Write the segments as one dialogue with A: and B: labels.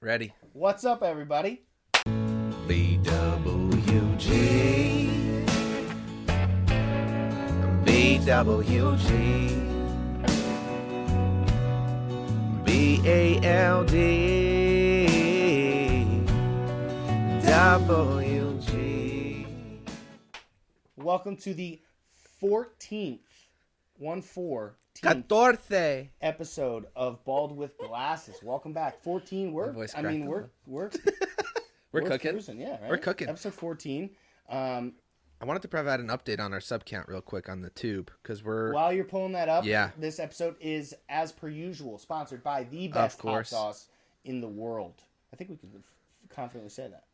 A: Ready.
B: What's up, everybody?
A: BWG. BWG. BALD. WG.
B: Welcome to the 14th, 1 4
A: Catorce.
B: episode of Bald with Glasses. Welcome back. 14, we're,
A: voice
B: I
A: cracked a
B: mean, we're, we're,
A: We're cooking.
B: cruising, yeah, right?
A: We're cooking.
B: Episode 14. Um,
A: I wanted to provide an update on our sub count real quick on the tube because we're
B: while you're pulling that up,
A: Yeah.
B: this episode is, as per usual, sponsored by the best hot
A: course.
B: sauce in the world. I think we can confidently say that.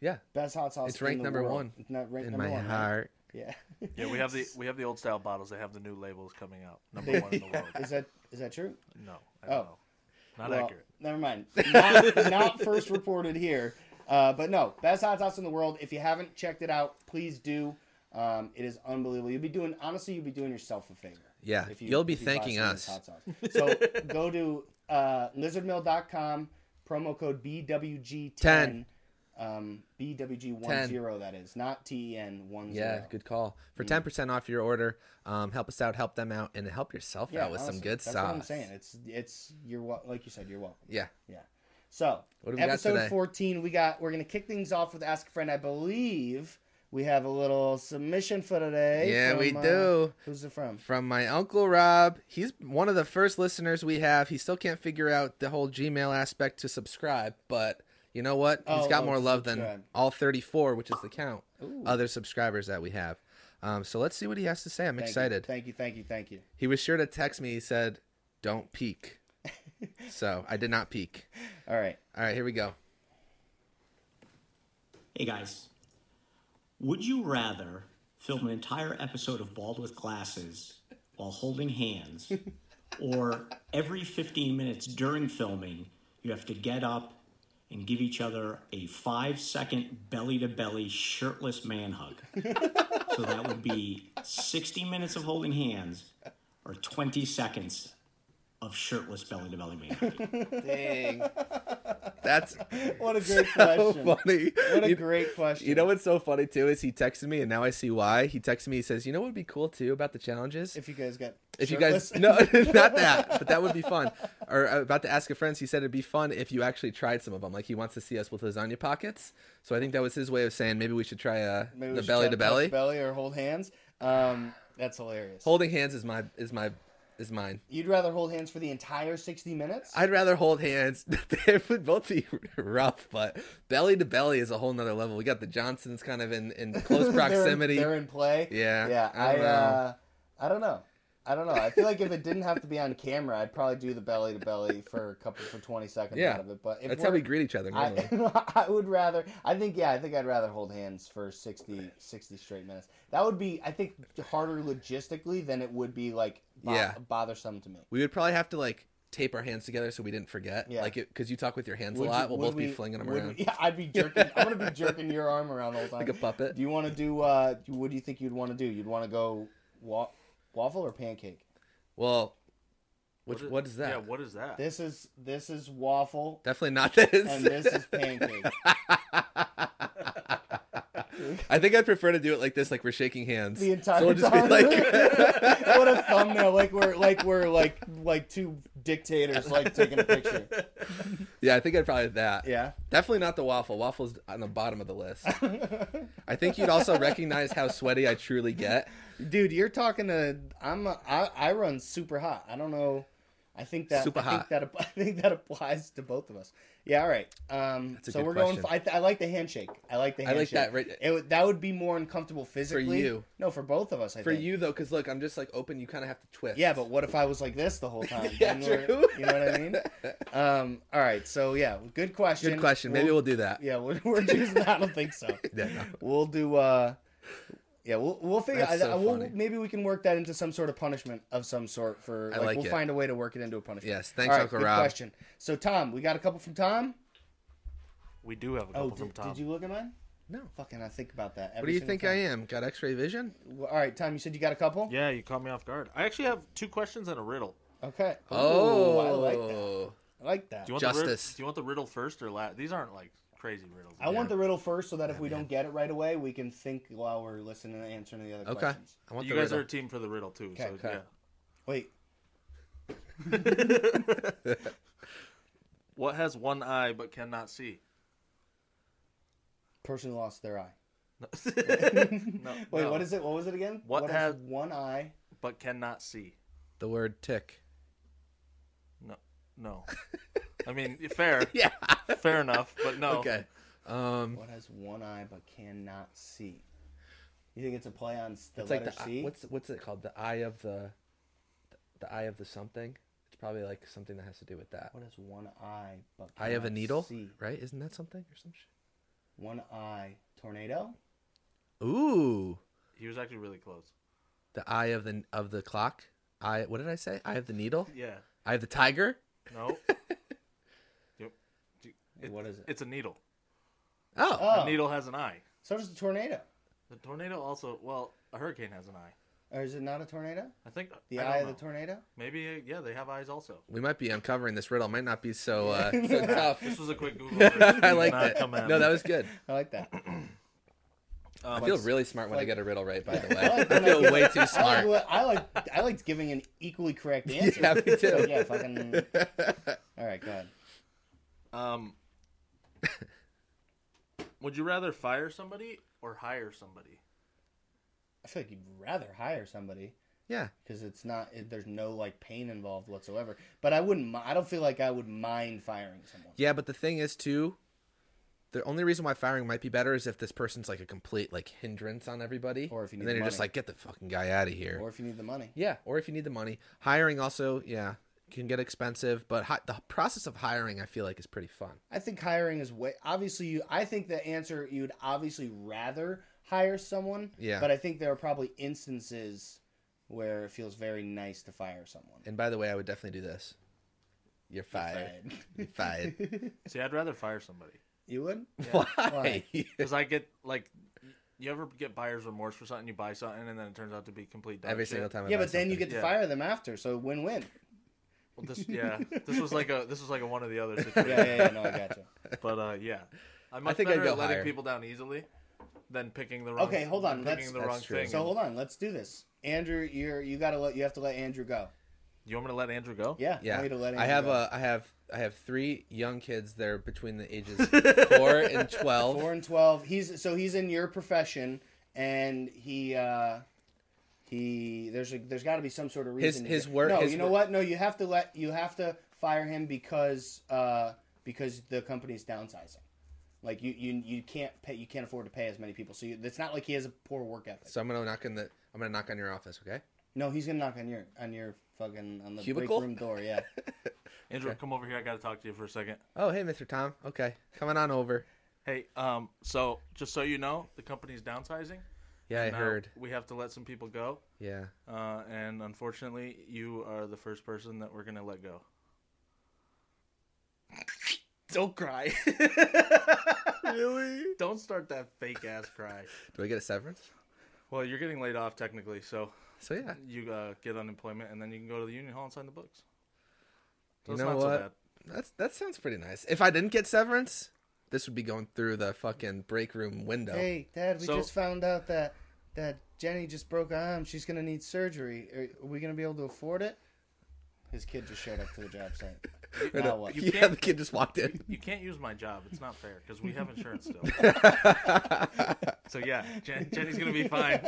A: yeah
B: Best hot sauce
A: It's ranked
B: in the
A: number
B: world.
A: one
B: It's not ranked
A: in
B: number
A: my
B: one, right?
A: heart.
B: Yeah.
C: Yeah, we have the we have the old style bottles. They have the new labels coming out. Number one in the world.
B: Is that is that true?
C: No, I
B: Oh.
C: don't know. Not
B: Well,
C: accurate.
B: Never mind. Not, not first reported here. Uh, but no, best hot sauce in the world. If you haven't checked it out, please do. Um, it is unbelievable. You'll be doing honestly, you'll be doing yourself a favor.
A: Yeah, you'll be
B: buy
A: thanking
B: some of
A: us.
B: this hot sauce. So go to uh, lizardmill.com, promo code BWG10.
A: 10.
B: Um, BWG10, that is, not E TEN10.
A: Yeah, good call. For ten percent off your order, um, help us out, help them out, and help yourself out with some
B: honestly,
A: good
B: that's
A: sauce.
B: What I'm saying it's it's you're wel- like you said you're welcome.
A: Yeah,
B: Yeah. So
A: What do we got
B: episode
A: today?
B: fourteen, we got we're gonna kick things off with Ask a Friend. I believe we have a little submission for today.
A: yeah,
B: from,
A: we
B: uh,
A: do.
B: Who's it from?
A: From my uncle Rob, he's one of the first listeners we have. He still can't figure out the whole Gmail aspect to subscribe, but you know what? He's
B: Oh,
A: got
B: oh,
A: more
B: to
A: love than
B: subscribe.
A: all thirty-four, which is the count.
B: Ooh.
A: Other subscribers that we have. Um, so let's see what he has to say. I'm
B: Thank you.
A: excited.
B: Thank you, thank you, thank you.
A: He was sure to text me. He said, "Don't peek." so I did not peek.
B: All right.
A: All right, here we go.
D: Hey guys, would you rather film an entire episode of Bald with Glasses while holding hands, or every 15 minutes during filming, you have to get up and give each other a five second belly to belly shirtless man hug? so that would be 60 minutes of holding hands or 20 seconds of shirtless belly to belly man hug.
A: Dang. That's
B: What a great
A: so
B: question.
A: funny.
B: What a
A: you,
B: great question.
A: you know what's so funny too is he texted me and now I see why. He texted me, he says, You know what would be cool too about the challenges? If,
B: if you guys got
A: you guys
B: shirtless-
A: No, not that. But that would be fun. Or uh, about to ask a friend, he said it'd be fun if you actually tried some of them. Like he wants to see us with lasagna pockets. So I think that was his way of saying maybe we should try uh,
B: Maybe we
A: the
B: should
A: belly
B: try
A: to
B: touch
A: belly.
B: belly or hold hands. Um, that's hilarious.
A: Holding hands is my is my is mine.
B: You'd rather hold hands for the entire sixty minutes?
A: I'd rather hold hands. they would both be rough, but belly to belly is a whole nother level. We got the Johnsons kind of in, in close
B: They're in-
A: proximity.
B: They're in, play.
A: Yeah,
B: Yeah.
A: I
B: I,
A: don't
B: uh, I don't know. I don't know. I feel like if it didn't have to be on camera, I'd probably do the belly to belly for a couple for twenty seconds
A: Yeah.
B: out of it. But if
A: That's how we
B: we're-
A: greet each other normally.
B: I, I would rather. I think yeah. I think I'd rather hold hands for 60, 60 straight minutes. That would be I think harder logistically than it would be like bo-
A: Yeah.
B: bothersome to me.
A: we would probably have to like tape our hands together so we didn't forget.
B: Yeah.
A: Like, because you talk with your hands
B: Would
A: a
B: you-
A: lot, we'll
B: would
A: both be
B: we-
A: flinging them
B: would
A: around
B: we- yeah, I'd be jerking. I'm gonna be jerking your arm around all the time.
A: like a puppet.
B: Do you want to do? Uh, do- what do you think you'd want to do? You'd want to go wa- waffle or pancake?
A: Well, which
C: i-
A: what is that?
C: Yeah, what is that?
B: This is this is waffle,
A: Definitely not this.
B: and this is pancake.
A: I think I'd prefer to do it like this, like we're shaking hands.
B: The entire
A: so we'll just
B: time.
A: be like,
B: what a thumbnail! Like we're like we're like like two dictators like taking a picture.
A: yeah, I think I'd probably that.
B: Yeah.
A: Definitely not the waffle. Waffle's on the bottom of the list. I think you'd also recognize how sweaty I truly get.
B: Dude, you're talking to I'm a, I, I run super hot. I don't know. I think that
A: Super
B: I think
A: hot.
B: that app- I think that applies to both of us. Yeah, all right. Um,
A: a
B: so
A: good
B: we're
A: question.
B: going. For, I, th- I like the handshake. I like the
A: I like
B: handshake.
A: that, right-
B: It, would- that would be more uncomfortable physically.
A: you.
B: No, for both of us. I
A: For
B: think.
A: you though, because look, I'm just like open. You kind of have to twist.
B: Yeah, but what if I was like this the whole time?
A: Yeah,
B: Then we're-
A: true.
B: You know what I mean? Um, all right. So yeah, good question.
A: good question. Maybe we'll do that.
B: Yeah, we're, we're choosing. I don't think so.
A: Yeah, no.
B: We'll do. uh Yeah, we'll we'll figure.
A: That's
B: I,
A: so
B: I- we'll,
A: funny.
B: maybe we can work that into some sort of punishment of some sort for.
A: I
B: Like,
A: like
B: we'll
A: it.
B: find a way to work it into a punishment.
A: Yes, thanks, Uncle
B: good
A: Rob.
B: question. So Tom, we got a couple from Tom.
C: We do have a couple
B: Oh,
C: from
B: did,
C: Tom.
B: did you look at mine?
A: No.
B: Fucking, I think about that.
A: What do you think I am? Got X-ray vision?
B: All right, Tom. You said you got a couple.
C: Yeah, you caught me off guard. I actually have two questions and a riddle.
B: Okay. Ooh,
A: Oh,
B: I like that. I like that.
C: Do you want
A: Justice.
C: The, rid- do you want the riddle first or last? These aren't like crazy riddles.
B: I want the riddle first so that if we don't get it right away, we can think while we're listening and answering the other
A: Okay.
B: questions.
A: I want
C: You
A: the
C: guys
A: riddle.
C: are a team for the riddle too. so
B: Okay.
C: yeah.
B: Wait,
C: What has one eye but cannot see?
B: person who lost their eye.
C: No.
B: Wait, what is it? What was it again?
C: What
B: has
C: have-
B: one eye?
C: But cannot see.
A: The word tick.
C: No. No. I mean, fair.
A: Yeah.
C: Fair enough, but no.
A: Okay.
B: Oh.
A: Um,
B: What has one eye but cannot see? You think it's a play on s- the
A: it's like
B: letter
A: the
B: C?
A: eye- what's what's it called? The eye of the, the eye of the something. It's probably like something that has to do with that.
B: What has one eye but
A: Eye of a
B: cannot
A: needle,
B: See?
A: right? Isn't that something or some shit?
B: One eye tornado.
A: Ooh,
C: He was actually really close.
A: the eye of the of the clock. Eye. What did I say? Eye of the needle.
C: Yeah.
A: Eye of the tiger.
C: No. Yep. Do-
B: Hey, what is it?
C: It's a needle.
A: Oh,
B: Oh,
C: A needle has an eye.
B: so does the tornado.
C: The tornado also, well, a hurricane has an eye.
B: Or is it not a tornado?
C: I think
B: The
C: I
B: eye
C: don't
B: of the
C: know.
B: tornado.
C: Maybe uh, yeah, they have eyes also.
A: we might be uncovering this riddle. Might not be so uh, so tough.
C: This was a quick Google. search. It
A: I
C: did
A: like
C: not
A: that.
C: come at
A: No,
C: me.
A: that was good.
B: I like that.
C: Um,
A: I feel really smart when I
B: like-
A: get a riddle right. By the way,
B: like
A: I
B: when I
A: feel
B: get-
A: way too
B: I
A: smart.
B: like, I like I liked giving an equally correct answer.
A: Yeah, me too.
B: So, yeah, fucking. All right, go ahead.
C: Um, would you rather fire somebody or hire somebody?
B: I feel like you'd rather hire somebody
A: Yeah,
B: because it's not it, there's no like pain involved whatsoever. But I wouldn't. mi- I don't feel like I would mind firing someone.
A: yeah. But the thing is, too, the only reason why firing might be better is if this person's like a complete like hindrance on everybody,
B: Or if you need
A: and then
B: the
A: you're just
B: money.
A: like, get the fucking guy out of here.
B: Or if you need the money.
A: Yeah, or if you need the money. Hiring also, yeah, can get expensive, but hi- the process of hiring I feel like is pretty fun.
B: I think hiring is way obviously you I think the answer you'd obviously rather hire someone.
A: Yeah.
B: But I think there are probably instances where it feels very nice to fire someone.
A: And by the way, I would definitely do this. You're fired.
B: Fine.
A: You're fired.
C: See, I'd rather fire somebody
B: You would?
A: Why?
C: because I get like, you ever get buyer's remorse for something? You buy something and then it turns out to be complete. Dog
A: Every
C: shit?
A: single time. I
B: yeah,
A: buy
B: but then you
A: something.
B: get to
C: Yeah.
B: fire them after, so win win.
C: Well, this, yeah, this was like a this was like a one or the other
B: Yeah,
C: situation.
B: yeah, yeah, no, I gotcha.
C: But uh, yeah, I'm much
A: think I'd
C: better
A: go
C: at letting
A: higher.
C: people down easily than picking the wrong.
B: Okay, hold on,
C: than
B: let's-
C: Picking the
A: That's
C: wrong
A: true.
C: thing.
B: So hold on, let's do this. Andrew, you're you gotta let you have to let Andrew go.
C: you want me to let Andrew go?
B: Yeah, I want you to let
A: Yeah,
B: Andrew
A: I have
B: go.
A: a, I have, I have three young kids. They're between the ages four and twelve.
B: four and twelve. He's so he's in your profession, and he uh, he there's a, there's got to be some sort of reason. to
A: his
B: get-
A: work-
B: No,
A: his
B: you know
A: work-
B: what? No, you have to let you have to fire him because uh, because the company's downsizing. Like you, you you can't pay you can't afford to pay as many people. So you, it's not like he has a poor work ethic.
A: So I'm gonna knock on the, I'm gonna knock on your office, okay?
B: no, he's gonna knock on your on your fucking on the
A: Cubicle?
B: break room door. Yeah.
C: Andrew, come over here. I got to talk to you for a second.
A: Oh, hey, Mr. Tom. Okay, coming on over.
C: Hey, um, so just so you know, the company's downsizing.
A: Yeah, I
C: Now
A: heard.
C: We have to let some people go,
A: Yeah.
C: uh, and unfortunately, you are the first person that we're gonna let go. Don't cry. really? Don't start that fake ass cry.
A: Do I get a severance?
C: Well, you're getting laid off technically, so
A: So yeah.
C: you uh, get unemployment, and then you can go to the union hall and sign the books. So
A: You
C: it's
A: know
C: not
A: what?
C: so bad.
A: That's that sounds pretty nice. If I didn't get severance, this would be going through the fucking break room window.
B: hey, Dad, we
C: Oh. So-
B: just found out that that Jenny just broke her arm. She's gonna need surgery. Are, are we gonna be able to afford it? His kid just showed up to the job site.
A: Or
B: Now
A: no,
B: what?
A: yeah,
C: can't-
A: the kid just walked in.
C: You can't use my job. It's not fair because we have insurance still. so yeah, Jen- Jenny's gonna be fine.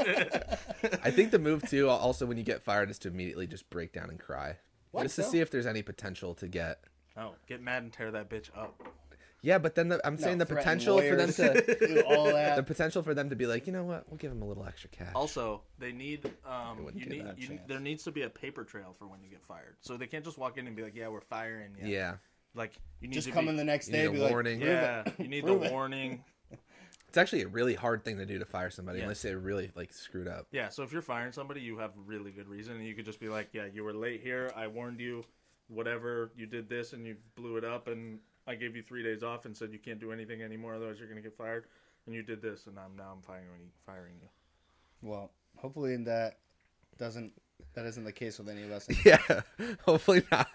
A: I think the move too, also when you get fired, is to immediately just break down and cry, just to
B: so?
A: see if there's any potential to get.
C: no, Oh, get mad and tear that bitch up.
A: Yeah, but then the, I'm saying the
B: threaten
A: potential for them
B: lawyers,
A: to
B: do all that.
A: the potential for them to be like, you know what, we'll give him a little extra cash.
C: Also, they need um,
A: wouldn't
C: you
A: give
C: need
B: that a
C: you,
B: chance.
C: there needs to be a paper trail for when you get fired. So they can't just walk in and be like, "Yeah, we're firing you."
A: yeah,
C: Like you need
B: just
C: to
B: come
C: be,
B: in the next
A: you
B: day
A: need
B: and be
A: a
B: like,
A: warning.
C: Yeah, you need the
B: Prove it.
C: warning.
A: It's actually a really hard thing to do to fire somebody
C: Yeah.
A: unless they really like screwed up.
C: Yeah, so if you're firing somebody, you have really good reason, and you could just be like, "Yeah, you were late here. I warned you. Whatever you did this, and you blew it up, and I gave you three days off, and said you can't do anything anymore, otherwise you're gonna get fired. And you did this, and I'm now I'm firing you- firing you.
B: well, hopefully that doesn't That isn't the case with any of us. anymore.
A: Yeah, hopefully not.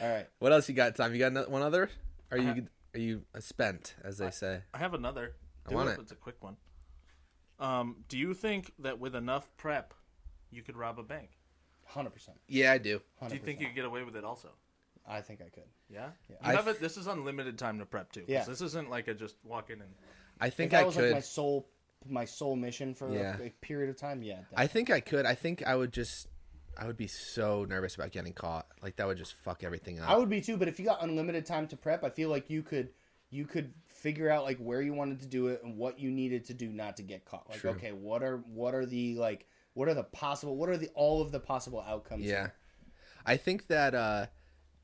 B: All right. Uh-huh.
A: What else you got, Tom? You got ano- one other? Are you are you uh, spent, as they say?
C: I have another.
A: I
C: Do
A: want
C: it.
A: it.
C: It's a quick one. Um, do you think that with enough prep, you could rob a bank?
B: 100%.
A: Yeah, I do.
B: 100%.
C: Do you think you could get away with it also?
B: I think I could.
C: Yeah. You
A: I
C: have
A: f-
C: it. This is unlimited time to prep too. 'cause
B: Yeah.
C: This isn't like a just walk in and.
A: I think
B: If that
A: I
B: was
A: could.
B: like my sole my sole mission for
A: Yeah.
B: a, a period of time, yeah. that-
A: I think I could. I think I would just. I would be so nervous about getting caught. Like that would just fuck everything up.
B: I would be too, but if you got unlimited time to prep, I feel like you could you could figure out like where you wanted to do it and what you needed to do not to get caught. Like,
A: True.
B: okay, what are what are the like what are the possible what are the all of the possible outcomes?
A: yeah.
B: here?
A: I think that. uh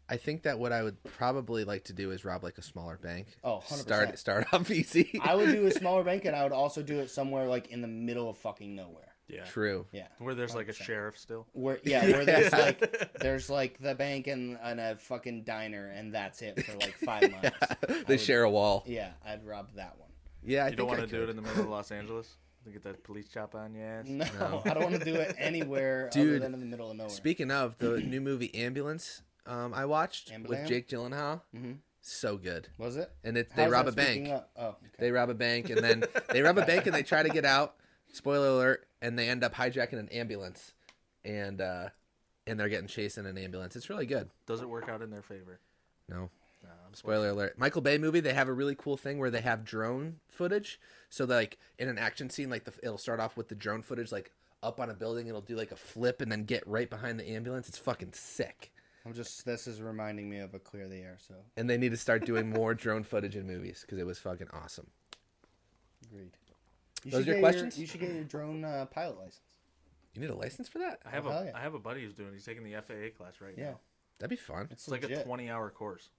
A: I think that what I would probably like to do is rob like a smaller bank.
B: Oh, 100%.
A: start start off easy.
B: I would do a smaller bank and I would also do it somewhere like in the middle of fucking nowhere.
C: Yeah.
A: True.
B: Yeah.
C: Where there's like a sheriff still.
B: Where yeah, where there's like there's like the bank and, and a fucking diner and that's it for like five miles.
A: they share a wall.
B: Yeah, I'd rob that one.
A: Yeah, I
C: you
A: think
C: don't want
A: I
C: to do
A: could.
C: it in the middle of Los Angeles. To get that police chop on your ass.
B: No, I don't want to do it anywhere other
A: Dude,
B: than in the middle of nowhere.
A: Speaking of the new movie Ambulance, um, I watched
B: Ambulance?
A: with Jake Gyllenhaal. So good.
B: was it?
A: And it,
B: How
A: they
B: is
A: rob
B: that
A: a
B: speaking
A: bank.
B: up? Oh, okay.
A: They rob a bank and then they rob a bank and they try to get out. Spoiler alert! And they end up hijacking an ambulance, and uh, and they're getting chased in an ambulance. It's really good.
C: Does it work out in their favor?
A: No. Spoiler alert. Michael Bay movie, they have a really cool thing where they have drone footage. So like in an action scene like the it'll start off with the drone footage like up on a building, it'll do like a flip and then get right behind the ambulance. It's fucking sick.
B: I'm just. This is reminding me of a clear the air. So
A: And they need to start doing more drone footage in movies cuz it was fucking awesome.
B: agreed. You
A: Those
B: should
A: are your
B: get
A: questions?
B: you should get your drone uh, pilot license.
A: You need a license for that?
C: I have
B: Oh, hell
C: a
B: yeah.
C: I have a buddy who's doing. it. He's taking the FAA class right
B: Yeah,
C: now.
A: That'd be fun.
B: it's,
C: It's like a
B: legit.
C: twenty hour course.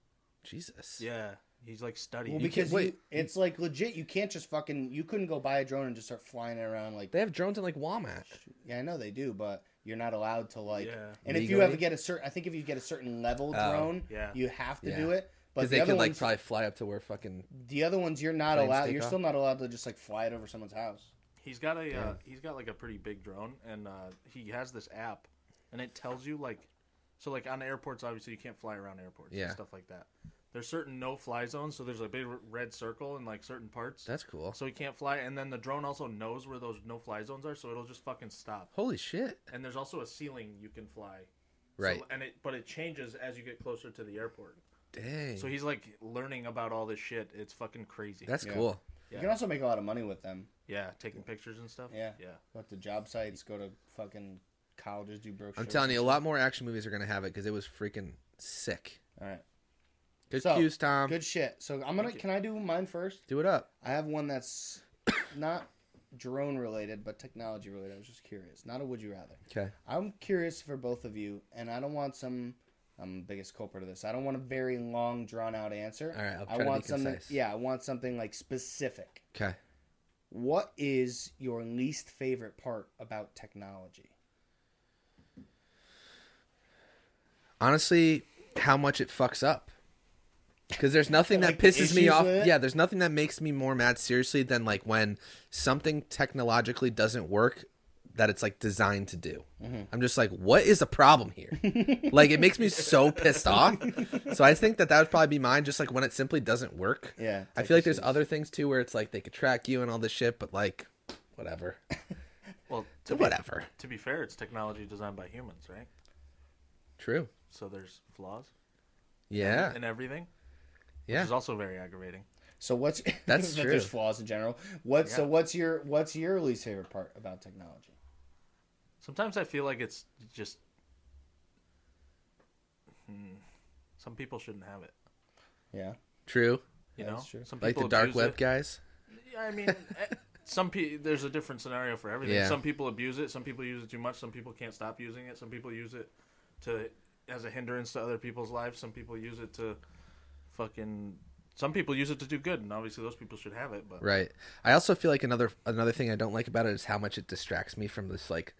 A: Jesus.
C: Yeah. He's like studying.
B: Well,
A: You
B: because
A: can't-
B: you-
A: wait.
B: it's like legit. You can't just fucking. You couldn't go buy a drone and just start flying it around like.
A: They have drones in like Walmart.
B: Yeah, I know they do, but you're not allowed to like.
C: Yeah.
B: And if you have to
A: Legally? Oh,
B: get a certain, I think if you get a certain level drone,
C: yeah.
B: you have to
A: Yeah.
B: do it. But
A: Cuz
B: the
A: they
B: other
A: can like
B: ones,
A: probably fly up to where fucking
B: the other ones, you're not
A: planes
B: allowed.
A: take
B: You're
A: off.
B: still not allowed to just like fly it over someone's house.
C: He's got a uh, he's got like a pretty big drone, and uh, he has this app, and it tells you like, so like on airports, obviously you can't fly around airports
A: Yeah.
C: and stuff like that. There's certain no fly zones, so there's a big red circle in like certain parts,
A: That's cool.
C: so he can't fly. And then the drone also knows where those no fly zones are, so it'll just fucking stop.
A: Holy shit.
C: And there's also a ceiling you can fly, So-
A: Right.
C: and it but it changes as you get closer to the airport.
A: Dang.
C: So he's like learning about all this shit. It's fucking crazy.
A: That's
B: Yeah.
A: cool.
B: You can also make a lot of money with them.
C: yeah, taking pictures and stuff.
B: Yeah.
C: yeah.
B: Go to job sites, go to fucking colleges, do brochures.
A: I'm telling you, a lot more action movies are gonna have it because it was freaking sick.
B: All right.
A: Good
B: So,
A: cues, Tom.
B: Good shit. So I'm gonna. Can I do mine first?
A: Do it up.
B: I have one that's not drone related, but technology related. I was just curious. Not a would you rather.
A: Okay.
B: I'm curious for both of you, and I don't want some. I'm the biggest culprit of this. I don't want a very long, drawn out answer.
A: All right, I'll
B: I
A: try to be
B: want something.
A: concise.
B: Yeah, I want something like specific.
A: Okay.
B: What is your least favorite part about technology?
A: Honestly, how much it fucks up. Because there's nothing that
B: Like the
A: pisses me
B: issues
A: off.
B: with it?
A: Yeah, there's nothing that makes me more mad seriously than like when something technologically doesn't work that it's like designed to do.
B: Mm-hmm.
A: I'm just like, what is the problem here? like it makes me so pissed off. So I think that that would probably be mine. Just like when it simply doesn't work.
B: Yeah,
A: I feel like there's other things too where it's like they could track you and all this shit, but like, whatever.
C: Well, to
A: So
C: be,
A: whatever.
C: to be fair, it's technology designed by humans, right?
A: True.
C: So there's flaws
A: Yeah.
C: in everything,
A: Yeah.
C: which is also very aggravating.
B: So what's
A: That's
B: that There's
A: true.
B: flaws in general. What so
C: Yeah.
B: what's your what's your least favorite part about technology?
C: Sometimes I feel like it's just Hmm. some people shouldn't have it.
B: Yeah,
A: True.
C: You know,
B: That's true.
C: some
A: Like the
C: people
A: dark
C: abuse
A: web
C: it.
A: guys.
C: Yeah, I mean, eh, some pe- there's a different scenario for everything.
A: Yeah.
C: Some people abuse it. Some people use it too much. Some people can't stop using it. Some people use it to as a hindrance to other people's lives. Some people use it to fucking. Some people use it to do good, and obviously those people should have it. But
A: Right. I also feel like another another thing I don't like about it is how much it distracts me from this like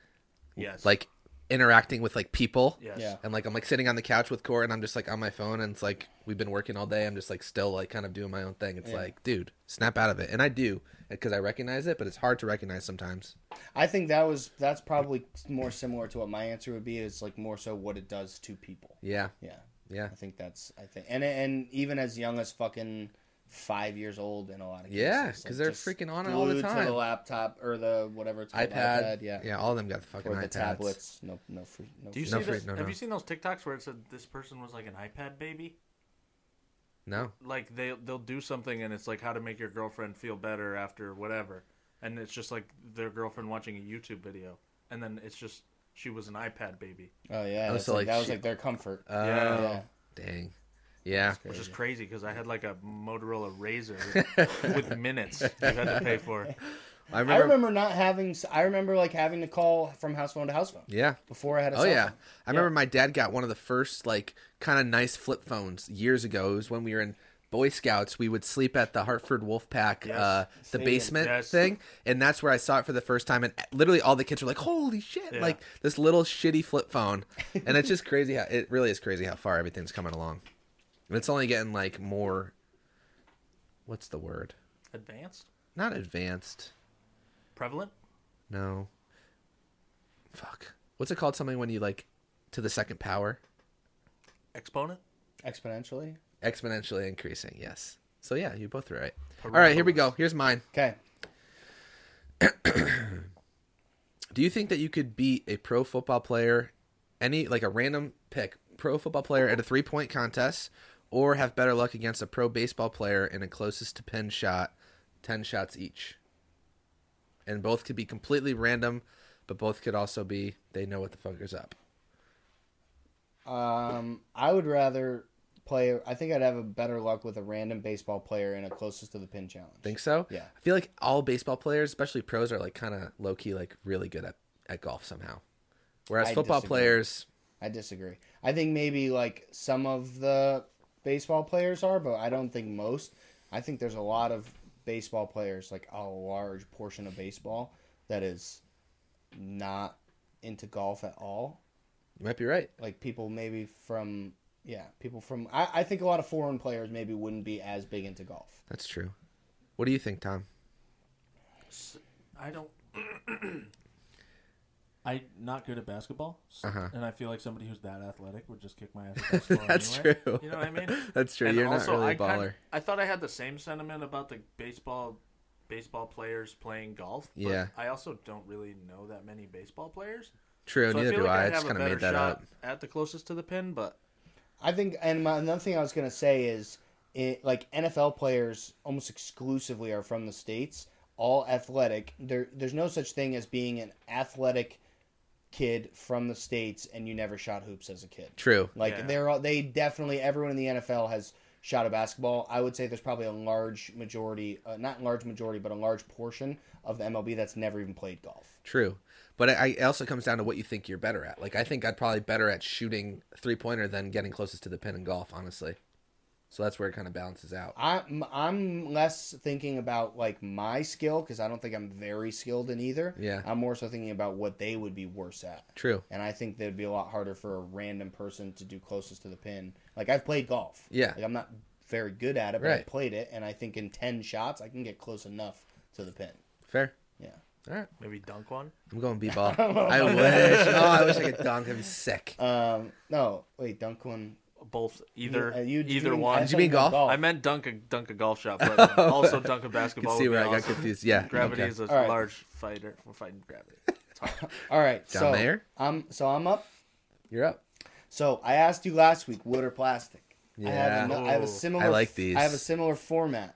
C: yes,
A: like interacting with like people.
C: Yes.
B: Yeah.
A: And like I'm like sitting on the couch with Core and I'm just like on my phone and it's like we've been working all day. I'm just like still like kind of doing my own thing. It's like, dude, snap out of it. And I do because I recognize it, but it's hard to recognize sometimes.
B: I think that was that's probably more similar to what my answer would be. It's like more so what it does to people.
A: Yeah.
B: Yeah.
A: Yeah.
B: I think that's I think and and even as young as fucking five years old in a lot of cases.
A: Yeah,
B: Like,
A: 'cause they're
B: just
A: freaking on it all the
B: glued To
A: time.
B: the laptop or the whatever it's called,
A: iPad,
B: iPad, yeah,
A: Yeah. All of them got the fucking
B: or the
A: iPads.
B: tablets. No, no, free, no.
C: Do you
B: free-
C: see
A: No,
C: this?
A: Fred, no,
C: Have
A: no.
C: you seen those TikToks where it said this person was like an iPad baby?
A: No.
C: Like they they'll do something and it's like how to make your girlfriend feel better after whatever, and it's just like their girlfriend watching a YouTube video, and then it's just she was an iPad baby,
B: oh yeah, that's
A: so, like,
B: like, that was
A: she-
B: like their comfort.
A: Oh,
C: Yeah.
A: dang. Yeah.
C: which is crazy because I had like a Motorola Razor with minutes you had to pay for.
A: I remember.
B: I remember not having. s- I remember like having to call from house phone to house phone
A: Yeah.
B: before I had a.
A: Oh
B: cell
A: yeah,
B: phone.
A: I remember my dad got one of the first like kind of nice flip phones years ago. It was when we were in Boy Scouts. We would sleep at the Hartford Wolfpack,
C: Yes.
A: uh, the basement
C: Yes.
A: thing, and that's where I saw it for the first time. And literally all the kids were like, "Holy shit!"
C: Yeah.
A: Like this little shitty flip phone, and it's just crazy how it really is crazy how far everything's coming along, and it's only getting like more. What's the word?
C: Advanced,
A: Not advanced.
C: prevalent.
A: No. Fuck. What's it called? Something when you like to the second power.
C: Exponent?
B: exponentially.
A: exponentially increasing. Yes. So yeah, you both are right. All right, here we go. Here's mine.
B: Okay,
A: Do you think that you could beat a pro football player, any like a random pick, pro football player at a three point contest, or have better luck against a pro baseball player in a closest to pin shot, ten shots each? And both could be completely random, but both could also be they know what the fuck is up.
B: um, I would rather play. I think I'd have a better luck with a random baseball player in a closest to the pin challenge.
A: Think so?
B: Yeah.
A: I feel like all baseball players, especially pros, are like kind of low key like really good at, at golf somehow. Whereas
B: I
A: football
B: disagree.
A: players,
B: I disagree. I think maybe like some of the baseball players are, but I don't think most. I think there's a lot of baseball players, like a large portion of baseball, that is not into golf at all.
A: you might be right.
B: Like people maybe from yeah, people from I, I think a lot of foreign players maybe wouldn't be as big into golf.
A: That's true. What do you think, Tom?
C: I don't. I'm not good at basketball, s-
A: Uh-huh.
E: And I feel like somebody who's that athletic would just kick my ass. at basketball
A: That's
E: anyway.
A: true.
C: You know what I mean?
A: That's true. You're not really a
C: I
A: baller.
C: Kind I thought I had the same sentiment about the baseball baseball players playing golf. But
A: Yeah.
C: I also don't really know that many baseball players.
A: True.
C: So I
A: neither
C: feel
A: do
C: like
A: I. I
C: I'd
A: just
C: have a
A: kind of
C: better
A: made that
C: shot
A: up.
C: at the closest to the pin, but
B: I think, and my, another thing I was gonna say is, it, like NFL players almost exclusively are from the states, all athletic. There, there's no such thing as being an athletic kid from the states and you never shot hoops as a kid.
A: True.
B: Like
C: Yeah.
B: they're all, they definitely everyone in the NFL has shot a basketball. I would say there's probably a large majority, uh, not large majority, but a large portion of the MLB that's never even played golf.
A: True. But I, I it also comes down to what you think you're better at. Like I think I'd probably better at shooting three pointer than getting closest to the pin in golf, honestly. So that's where it kind of balances out.
B: I'm I'm less thinking about like my skill because I don't think I'm very skilled in either.
A: Yeah.
B: I'm more so thinking about what they would be worse at.
A: True.
B: And I think that'd be a lot harder for a random person to do closest to the pin. Like I've played golf.
A: Yeah.
B: Like I'm not very good at it, but I
A: Right.
B: played it, and I think in ten shots I can get close enough to the pin.
A: Fair.
B: Yeah.
A: All right.
C: maybe dunk one.
A: I'm going b ball. I wish. Oh, I wish I could dunk. That'd be sick.
C: Uh,
B: Um. No. Wait. Dunk one.
C: Both either
B: Uh, you- you
C: either
B: mean- I
C: one.
A: Did you mean
B: thought meant
A: golf?
C: I meant dunk a dunk a golf shot, but also dunk a
A: You
C: basketball.
A: can see
C: would be
A: where I got
C: awesome.
A: confused. Yeah.
C: Gravity
A: okay.
C: is a
B: All right.
C: large fighter. We're fighting gravity. It's hard.
B: All right.
A: John
B: so
A: Mayer?
B: I'm so I'm up.
A: You're up.
B: So I asked you last week, wood or plastic. I have,
A: Yeah.
B: ano- I have
C: Ooh.
B: a similar.
A: Oh, I like these.
B: I have a similar format.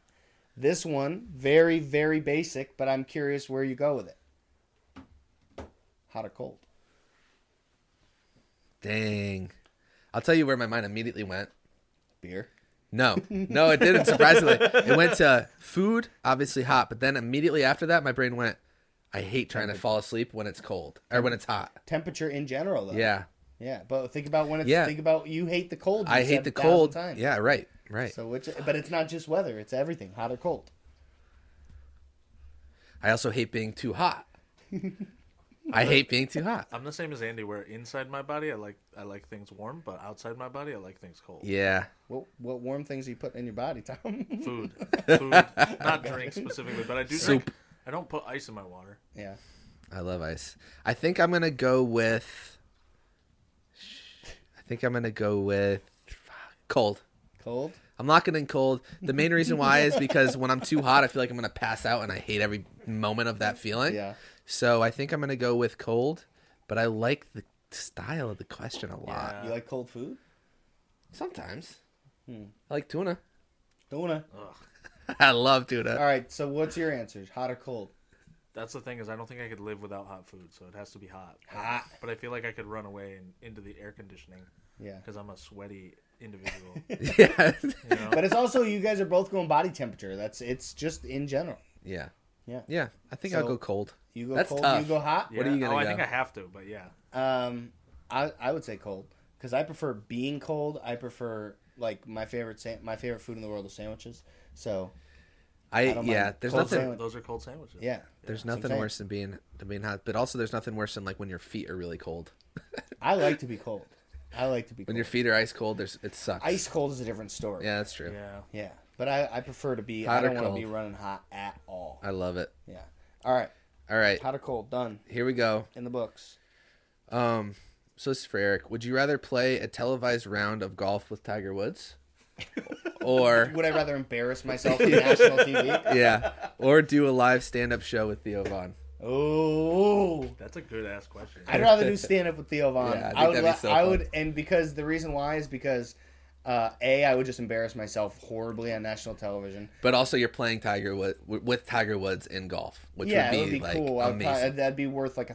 B: This one, very very basic, but I'm curious where you go with it. Hot or cold?
A: Dang. I'll tell you where my mind immediately went.
B: Beer.
A: No, no, it didn't. Surprisingly, it went to food, obviously hot, but then immediately after that, my brain went, "I hate trying to fall asleep when it's cold or when it's hot."
B: Temperature in general, though.
A: Yeah,
B: Yeah, but think about when it's.
A: Yeah.
B: Think about you hate the cold. you
A: I
B: said
A: hate the
B: a thousand
A: cold.
B: times.
A: Yeah, right, right.
B: So which, but it's not just weather; it's everything, hot or cold.
A: I also hate being too hot. I hate being too hot.
C: I'm the same as Andy, where inside my body I like I like things warm, but outside my body I like things cold.
A: Yeah.
B: What what warm things are you putting in your body, Tom?
C: Food, food, not drink specifically, but I do
A: Soup.
C: drink. I don't put ice in my water.
B: yeah.
A: I love ice. I think I'm gonna go with. I think I'm gonna go with cold.
B: Cold?
A: I'm locking in cold. The main reason why is because when I'm too hot, I feel like I'm gonna pass out, and I hate every moment of that feeling.
B: Yeah.
A: So I think I'm gonna go with cold, but I like the style of the question a lot.
C: Yeah.
B: You like cold food?
A: Sometimes
B: Hmm.
A: I like tuna.
B: Tuna.
A: I love tuna.
B: All right, so what's your answers? Hot or cold?
C: That's the thing is I don't think I could live without hot food, so it has to be hot.
B: Hot.
C: But I feel like I could run away and into the air conditioning
B: Yeah.
C: because I'm a sweaty individual.
A: Yeah.
C: you know?
B: But it's also you guys are both going body temperature. That's it's just in general.
A: yeah.
B: Yeah.
A: Yeah. I think I'll
B: So-
A: go cold.
B: You go
A: That's
B: cold,
A: tough.
B: you go hot.
A: What are you gonna
C: oh, I
A: go?
C: think I have to, but yeah.
B: Um, I I would say cold because I prefer being cold. I prefer like my favorite sa- my favorite food in the world is sandwiches. So
A: I,
B: I don't
A: yeah.
B: mind
A: There's
B: cold
A: nothing.
B: sandwich.
C: Those are cold sandwiches.
B: yeah,
A: There's
B: That's what I'm
A: nothing
B: saying.
A: worse than being than being hot, but also there's nothing worse than like when your feet are really cold.
B: I like to be cold. I like to be
A: When
B: cold.
A: your feet are ice cold, there's it sucks.
B: ice cold is a different story.
A: Yeah, that's true.
C: Yeah.
B: yeah. But I, I prefer to be.
A: Hot
B: I
A: or
B: don't want
A: cold?
B: to be running hot at all.
A: I love it.
B: Yeah. All right.
A: All right,
B: Hot or cold? Done
A: here we go.
B: in the books.
A: Um, so this is for Eric. Would you rather play a televised round of golf with Tiger Woods, or
B: Would I rather embarrass myself on national TV?
A: yeah, or do a live stand-up show with Theo Von?
B: Oh.
C: That's a good ass question.
B: I'd rather do stand up with Theo Von.
A: Yeah, I
B: I,
A: think
B: would.
A: that'd be so
B: la- I
A: fun.
B: would, and because the reason why is because, uh, a, I would just embarrass myself horribly on national television.
A: But also, you're playing Tiger Wo- with Tiger Woods in golf, which
B: yeah,
A: would be,
B: it would be
A: like
B: cool. I would
A: amazing.
B: probably, that'd be worth like a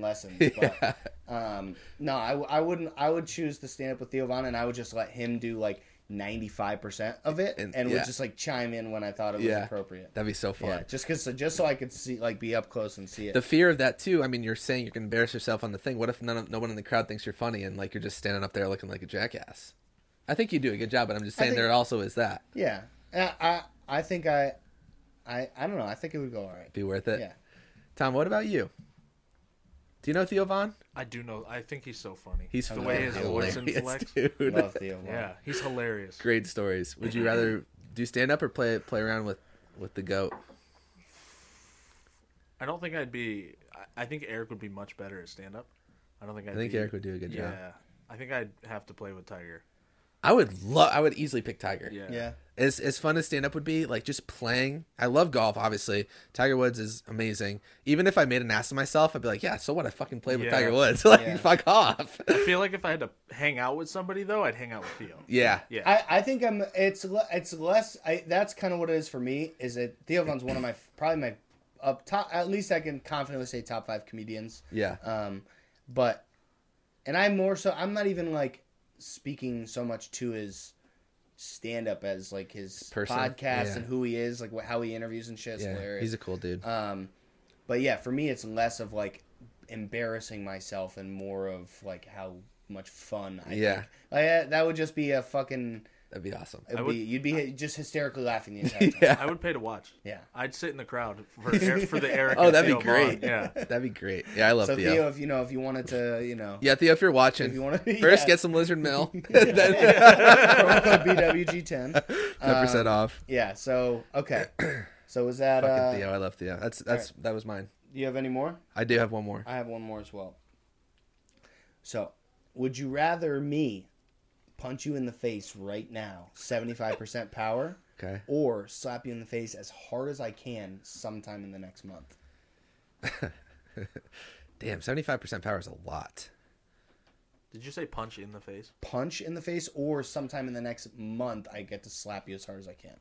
B: lessons. But, um, no, I, w- I wouldn't. I would choose to stand up with Theo Von, and I would just let him do like ninety five percent of it,
A: And-
B: and,
A: yeah.
B: would just like chime in when I thought it was
A: Yeah.
B: appropriate.
A: That'd be so fun.
B: Yeah, just because, just so I could see, like, be up close and see it.
A: the fear of that too. I mean, you're saying you can embarrass yourself on the thing. What if none of, no one in the crowd thinks you're funny and like you're just standing up there looking like a jackass? I think you do a good job, but I'm just saying
B: think-
A: there also is that.
B: yeah, I, I, I think I, I, I don't know. I think it would go all right.
A: Be worth it.
B: Yeah.
A: Tom, what about you? Do you know Theo Von?
C: I do know. I think he's so funny.
A: He's
B: I
C: the
A: fucking
C: way his voice
A: hilarious,
C: inflects.
A: dude.
B: Love Theo. Von.
C: Yeah, he's hilarious.
A: Great stories. Would you rather do stand up or play play around with with the goat?
C: I don't think I'd be. I- I think Eric would be much better at stand up. I don't think I'd
A: I think
C: be-
A: Eric would do a good
C: Yeah.
A: job.
C: I think I'd have to play with Tiger.
A: I would love. I would easily pick Tiger.
C: Yeah.
B: Yeah.
A: as as fun as stand up would be, like just playing. I love golf, obviously. Tiger Woods is amazing. Even if I made an ass of myself, I'd be like, yeah, so what? I fucking played with
C: Yeah.
A: Tiger Woods. Like,
B: Yeah.
A: fuck off.
C: I feel like if I had to hang out with somebody though, I'd hang out with Theo.
A: yeah.
C: Yeah.
B: I, I think I'm. It's le- it's less. I that's kind of what it is for me. Is that Theo Von's one of my probably my up top. At least I can confidently say top five comedians.
A: Yeah.
B: Um, but and I'm more so. I'm not even like speaking so much to his stand up as like his
A: Person,
B: podcast
A: yeah.
B: and who he is, like wh- how he interviews and shit. It's
A: yeah.
B: hilarious.
A: He's a cool dude.
B: Um, but yeah, for me, it's less of like embarrassing myself and more of like how much fun I
A: Yeah.
B: think. Like, uh, that would just be a fucking.
A: That'd be awesome.
B: It'd
C: I would-
B: be, you'd be just hysterically laughing the entire time.
A: Yeah.
C: I would pay to watch.
B: Yeah.
C: I'd sit in the crowd for Eric, for the Eric.
A: Oh,
C: and
A: that'd be
C: Theo
A: great.
C: Vaughn. Yeah.
A: That'd be great. Yeah, I love uh,
B: So
A: Theo.
B: Theo, if you know, if you wanted to, you know,
A: Yeah, Theo, if you're watching,
B: If you wanna-
A: first
B: yeah.
A: get some lizard mill.
B: promo code BWG10.
A: Ten percent off.
B: Yeah. So okay. So is that?
A: Fucking
B: Uh,
A: Theo, I love Theo. That's that's that was mine.
B: do you have any more?
A: I do have one more.
B: I have one more as well. So, would you rather me punch you in the face right now, seventy-five percent power?
A: Okay.
B: or slap you in the face as hard as I can sometime in the next month.
A: Damn, seventy five percent power is a lot.
C: Did you say punch in the face?
B: Punch in the face, or sometime in the next month, I get to slap you as hard as I can.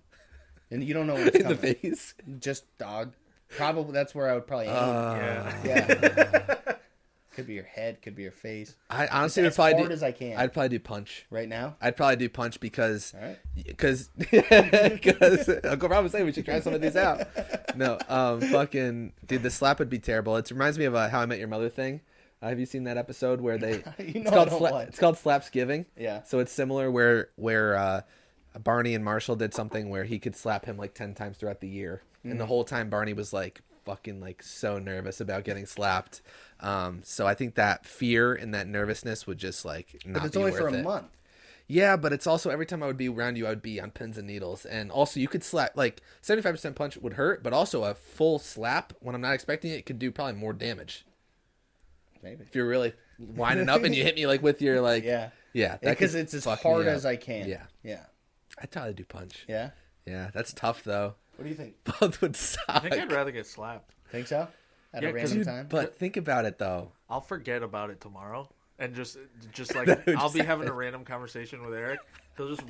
B: And you don't know what's
A: In the
B: coming.
A: face.
B: Just dog. Probably that's where I would probably aim.
A: Uh,
C: yeah.
B: yeah. could be your head, could be your face.
A: I honestly would
B: As
A: probably
B: hard
A: do,
B: as I can.
A: I'd probably do punch.
B: Right now,
A: I'd probably do punch because
B: All right.
A: because because Uncle Rob was saying we should try some of these out. No, um, fucking dude, the slap would be terrible. It reminds me of a How I Met Your Mother thing. Uh, have you seen that episode where they?
B: You
A: it's
B: know I
A: called
B: don't
A: sla-
B: like.
A: it's called slaps giving.
B: Yeah.
A: So it's similar where where uh,
B: Mm.
A: Barney and Marshall did something where he could slap him like ten times throughout the year, and the whole time Barney was like. fucking like so nervous about getting slapped. Um, so I think that fear and that nervousness would just like not
B: But it's
A: be
B: only
A: worth
B: for a
A: it.
B: month.
A: Yeah, but it's also every time I would be around you, I would be on pins and needles. And also, you could slap like seventy five percent punch would hurt, but also a full slap when I'm not expecting it could do probably more damage
B: Maybe.
A: if you're really winding up and you hit me like with your like
B: Yeah.
A: yeah that
B: Because
A: could
B: it's as
A: fuck me
B: hard
A: up.
B: as I can.
A: Yeah.
B: Yeah.
A: I'd probably do punch. Yeah,
B: Yeah.
A: that's tough though.
B: What do you think?
A: Both would suck.
C: I think I'd rather get slapped.
B: Think so? At
C: Yeah,
B: a
C: 'cause
B: random
C: you-
B: time?
A: But think about it though.
C: I'll forget about it tomorrow and just just like
A: That would
C: I'll be
A: just
C: having a random conversation with Eric. He'll just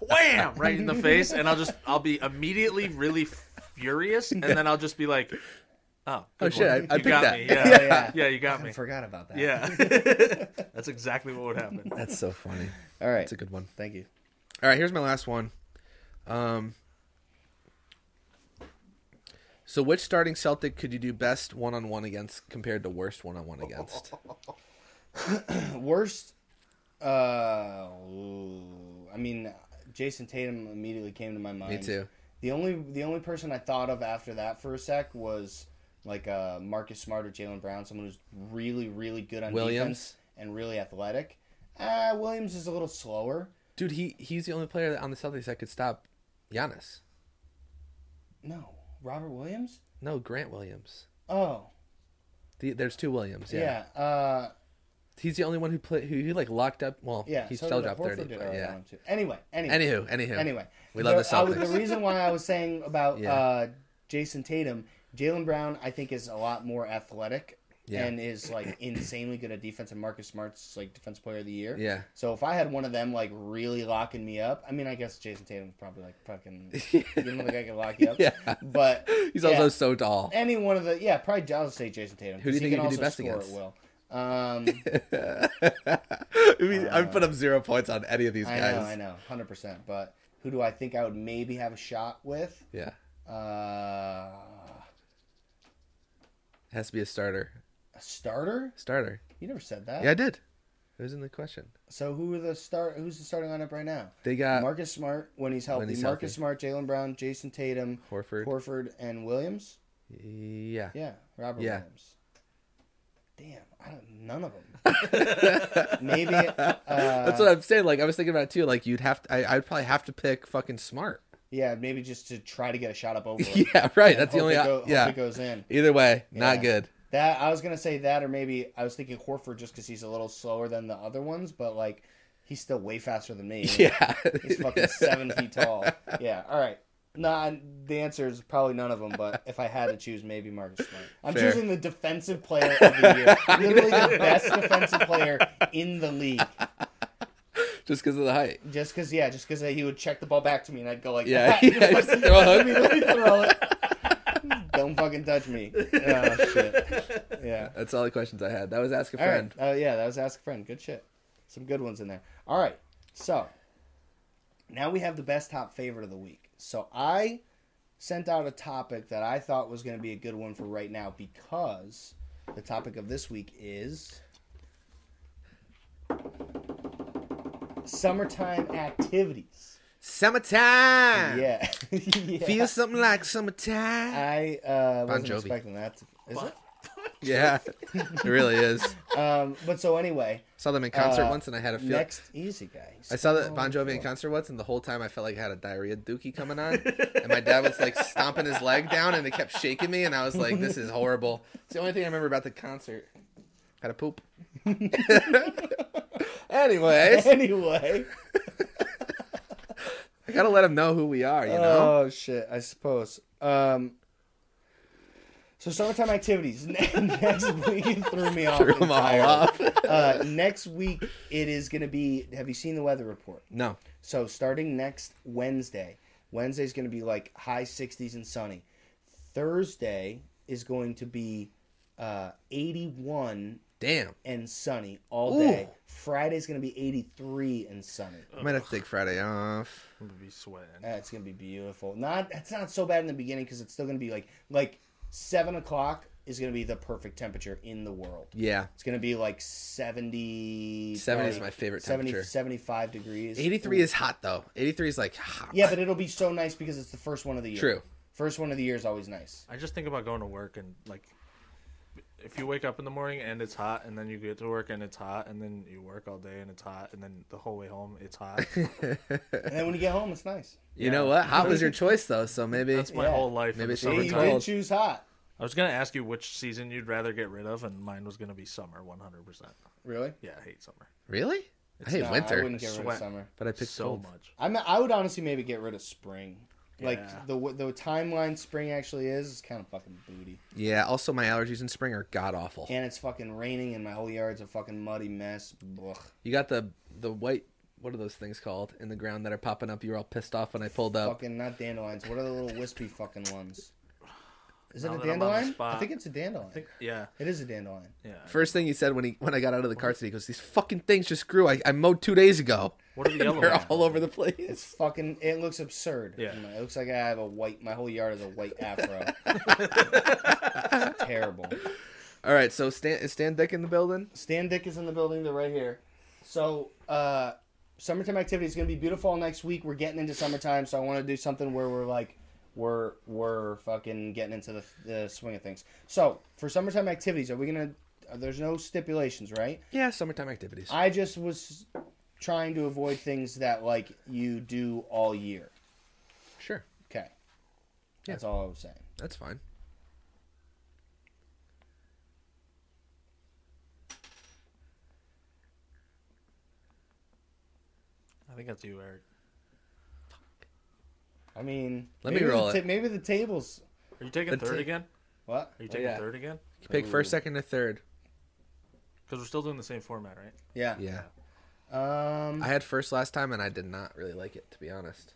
C: wham right in the face, and I'll just I'll be immediately really furious, and then I'll just be like, "Oh, good
A: Oh, shit, I-
C: one.
A: I
C: you
A: picked
C: got
A: that.
C: me, yeah,
B: Yeah,
C: yeah,
B: yeah.
C: you got
B: I
C: me,
B: forgot about that.
C: yeah." That's exactly what would happen.
A: That's so funny.
B: All right.
A: That's a good one.
B: Thank you.
A: All right, here's my last one. Um, so, which starting Celtic could you do best one on one against compared to worst one on one against?
B: Worst. Uh, ooh, I mean, Jason Tatum immediately came to my mind.
A: Me too.
B: The only the only person I thought of after that for a sec was like uh, Marcus Smart or Jalen Brown, someone who's really really good on
A: Williams?
B: defense and really athletic. Uh, Williams is a little slower.
A: Dude, he he's the only player on the Celtics that could stop Giannis.
B: No, Robert Williams.
A: No, Grant Williams.
B: Oh,
A: The, there's two Williams. Yeah.
B: yeah. Yeah. Uh,
A: he's the only one who play who, who like locked up. Well,
B: yeah.
A: he
B: so
A: still
B: did-
A: dropped
B: Horford
A: thirty.
B: did
A: but
B: alright
A: yeah.
B: on too. Anyway. Anyway.
A: Anywho, anywho.
B: Anyway,
A: we love the
B: I was-
A: Celtics.
B: the reason why I was saying about
A: Yeah.
B: uh, Jason Tatum, Jalen Brown, I think is a lot more athletic
A: Yeah.
B: and is like insanely good at defense. And Marcus Smart's like defense player of the year.
A: Yeah.
B: So if I had one of them like really locking me up, I mean, I guess Jason Tatum's probably like fucking. you don't think I could lock you up?
A: Yeah.
B: But
A: He's
B: yeah,
A: also so tall.
B: any one of the yeah probably I'll say Jason Tatum.
A: Who do you
B: 'cause
A: think you
B: he can
A: could do best against?
B: also score At will. Um,
A: I mean, I've put up zero points on any of these
B: I
A: guys.
B: know, I know, hundred percent. But who do I think I would maybe have a shot with?
A: Yeah, it
B: Uh,
A: has to be a starter.
B: a starter?
A: Starter.
B: You never said that.
A: Yeah, I did. It was in the question.
B: So who are the start? Who's the starting lineup right now?
A: They got
B: Marcus Smart when he's healthy.
A: Uh, he's
B: Marcus
A: healthy.
B: Smart, Jalen Brown, Jason Tatum,
A: Horford.
B: Horford, and Williams.
A: yeah.
B: Yeah, Robert
A: Yeah.
B: Williams. Damn, I don't, none of them. maybe uh,
A: That's what I'm saying. Like I was thinking about it too. Like you'd have to. I, I'd probably have to pick fucking smart.
B: yeah, maybe just to try to get a shot up over. it.
A: Yeah, right.
B: And
A: That's the
B: hope
A: only.
B: it
A: op-
B: go- hope
A: yeah.
B: it goes in.
A: Either way,
B: Yeah.
A: not good.
B: That I was gonna say that, or maybe I was thinking Horford just because he's a little slower than the other ones, but like he's still way faster than me.
A: Yeah.
B: he's fucking seven feet tall. Yeah, all right. No, I- the answer is probably none of them. But if I had to choose, maybe Marcus Smart. I'm
A: Fair.
B: choosing the defensive player of the year, literally the best defensive player in the league.
A: Just because of the height.
B: Just because, yeah, just because he would check the ball back to me, and I'd go like,
A: Yeah,
B: that.
A: yeah, just throw a hook.
B: let me let me throw it. Don't fucking touch me. Oh shit. Yeah.
A: That's all the questions I had. That was ask a
B: All right.
A: friend.
B: Oh yeah, that was Ask a Friend. Good shit. Some good ones in there. All right. So now we have the best top favorite of the week. So I sent out a topic that I thought was going to be a good one for right now because the topic of this week is summertime activities.
A: Summertime.
B: Yeah. yeah.
A: Feel something like summertime.
B: I uh, wasn't
A: Jovi.
B: expecting that. To, is it?
A: yeah. It really is.
B: Um, but so anyway,
A: Saw them in concert
B: Uh,
A: once, and I had a feel.
B: next easy Oh, guy.
A: I saw
C: Oh,
A: that Bon
B: Bon
A: Jovi in concert once, and the whole time I felt like I had a diarrhea dookie coming on, and my dad was like stomping his leg down, and it kept shaking me, and I was like, "This is horrible." It's the only thing I remember about the concert. Had a poop. Anyways,
B: Anyway.
A: I gotta let him know who we are. You know,
B: Oh shit! I suppose. Um, so summertime activities next week it threw me off.
C: Oh,
A: threw him all
B: entirely.
A: off.
B: uh, next week it is going to be. Have you seen the weather report?
A: no,
B: So starting next Wednesday, Wednesday's going to be like high 60s and sunny. Thursday is going to be uh, 81
A: damn.
B: and sunny all
A: Ooh.
B: day. Friday's going to be 83 and sunny.
A: I might have to take Friday off.
C: I'm gonna be sweating.
B: Uh, it's gonna be beautiful. Not it's not so bad in the beginning because it's still gonna be like like seven o'clock is gonna be the perfect temperature in the world.
A: Yeah,
B: It's gonna be like seventy.
A: 70 is
B: probably
A: my favorite
B: 70
A: temperature.
B: 75 degrees.
A: eighty three is hot though. Eighty three is like hot.
B: Yeah, but it'll be so nice because it's the first one of the year.
A: true.
B: First one of the year is always nice.
C: I just think about going to work and like, if you wake up in the morning and it's hot, and then you get to work and it's hot, and then you work all day and it's hot, and then the whole way home it's hot.
B: And then when you get home, it's nice.
A: You know what? Hot was your choice though, so maybe
C: That's my
B: Yeah.
C: whole life.
A: Maybe
C: Maybe
A: it's
B: See, you
A: Summertime.
B: did choose hot.
C: I was gonna ask you which season you'd rather get rid of, and mine was gonna be summer, one hundred percent.
B: Really?
C: Yeah, I hate summer
A: really. I hate
B: No, I
A: winter,
B: wouldn't get rid of
C: Sweat.
B: summer.
A: but I picked
C: so
A: cold.
C: much.
B: I mean, I would honestly maybe get rid of spring.
C: Yeah.
B: Like the w- the timeline spring actually is is kind of fucking booty,
A: Yeah. Also, my allergies in spring are god awful.
B: and it's fucking raining, and my whole yard's a fucking muddy mess. Blech.
A: You got the the white. What are those things called in the ground that are popping up? You were all pissed off when I pulled up.
B: Fucking not dandelions. What are the little wispy fucking ones? Is it
C: Now
B: a
C: that I'm on the
B: dandelion? I
C: spot.
B: think it's a dandelion.
C: I think, yeah,
B: It is a dandelion.
C: yeah.
A: First thing he said when he when I got out of the car today, he goes, "These fucking things just grew. I, I mowed two days ago.
C: What are the yellow
A: They're
C: ones?
A: all over the
B: Oh, It's
A: place."
B: fucking. It looks absurd.
C: Yeah.
B: It looks like I have a white. My whole yard is a white afro. Terrible.
A: All right, so Stan is Stan Dick in the building.
B: Stan Dick is in the building. They're right here. So, uh, summertime activity is going to be beautiful next week. We're getting into summertime, so I want to do something where we're like, we're we're fucking getting into the, the swing of things. So, for summertime activities, are we gonna? uh, There's no stipulations, right?
A: Yeah, summertime activities.
B: I just was trying to avoid things that like you do all year.
A: sure,
B: Okay, that's all I was saying.
A: that's fine.
C: I think that's you, Eric.
B: I mean,
A: Let
B: maybe
A: me roll
B: the ta-
A: it.
B: Maybe the tables.
C: Are you taking
A: The
C: third
A: ta-
C: again?
B: What?
C: Are you taking
A: Oh, yeah.
C: third again?
A: Pick first, second, or third.
C: Because we're still doing the same format, right?
B: Yeah.
A: Yeah,
B: Um.
A: I had first last time, and I did not really like it to be honest.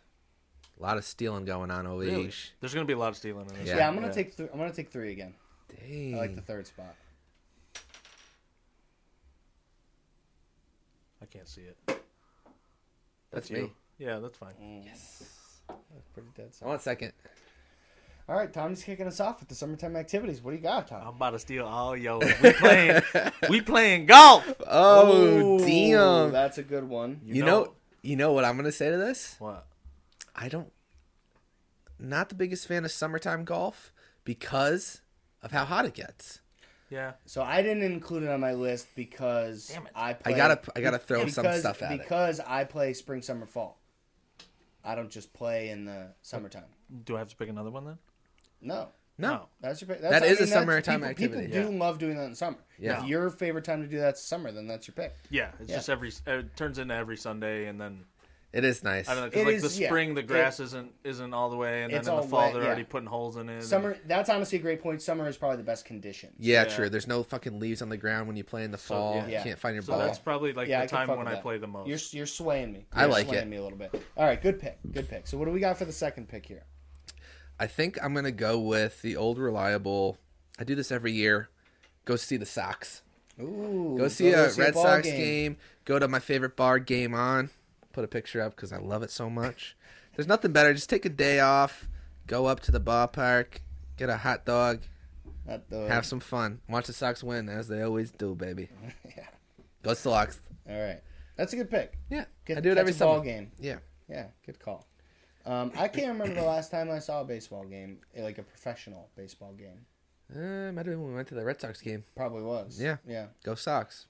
A: A lot of stealing going on. Oh, yeesh.
C: There's gonna be a lot of stealing in this.
A: Yeah.
B: Yeah, I'm gonna take. Th- I'm gonna take three again.
A: dang.
B: I like the third spot.
C: I can't see it.
A: that's
C: You.
A: me.
C: Yeah, that's fine.
B: That's pretty dead.
A: I want second.
B: All right, Tommy's kicking us off with the summertime activities. What do you got, Tom?
C: I'm about to steal all yo. We playing, we playing golf.
A: Oh, damn.
B: That's a good one.
A: you know, you know what I'm gonna say to this?
C: what?
A: I don't not the biggest fan of summertime golf because of how hot it gets.
C: Yeah,
B: So I didn't include it on my list because
C: Damn it.
B: I
A: I
B: play,
A: gotta I gotta throw
B: because,
A: some stuff at it.
B: because I play spring, summer, fall. I don't just play in the summertime.
C: do I have to pick another one then?
B: No,
A: No,
B: that's your. That's,
A: That is
B: I
A: a
B: mean, that's-
A: summertime
B: people,
A: activity.
B: People do love doing that in summer.
A: Yeah.
B: If your favorite time to do that's summer, then that's your pick.
C: Yeah, it's
B: Yeah.
C: just every. uh, It turns into every Sunday, and then
A: it is nice.
C: I don't know.
B: It
C: Cause like
B: is-
C: the
B: yeah.
C: spring, the
B: It-
C: grass is isn't isn't all the way, and then in
B: It's
C: the
B: all
C: fall
B: wet,
C: they're
B: yeah.
C: already putting holes in it. and-
B: Summer. That's honestly a great point. Summer is probably the best condition.
A: yeah,
C: Yeah.
A: true. There's no fucking leaves on the ground when you play in the fall.
C: yeah.
A: You
B: Yeah.
A: can't find your
C: So
A: ball.
C: that's probably like
B: yeah, I
C: the
B: can
C: time
B: fuck
C: when
B: with
C: I
B: that.
C: play the most.
B: You're you're swaying me.
A: I
B: You're
A: like
B: swaying
A: it.
B: me a little bit. All right, good pick, good pick. So what do we got for the second pick here?
A: I think I'm gonna go with the old reliable. I do this every year. Go see the Sox.
B: Ooh,
A: Go see a Red
B: ball
A: Sox game. Go to my favorite bar, Game On. Put a picture up because I love it so much. There's nothing better. Just take a day off. Go up to the ballpark. Get a hot dog.
B: At the-
A: Have some fun. Watch the Sox win as they always do, baby. Go Sox.
B: All right, that's a good pick.
A: Yeah,
B: Get,
A: I do it
B: catch
A: every
B: a ball
A: summer.
B: game.
A: Yeah,
B: Yeah, good call. Um, I can't remember the last time I saw a baseball game, eh, like a professional baseball game.
A: uh, might have been when we went to the Red Sox game.
B: Probably was.
A: Yeah.
B: Yeah.
A: Go Sox.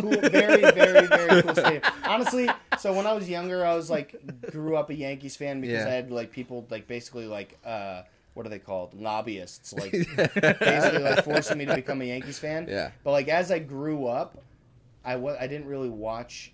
B: Cool. Very, very, very cool stadium. Honestly, so when I was younger, I was like, grew up a Yankees fan because
A: Yeah.
B: I had like people like basically like uh, what are they called? Lobbyists, like basically like forcing me to become a Yankees fan.
A: Yeah.
B: But like as I grew up, I wa- I didn't really watch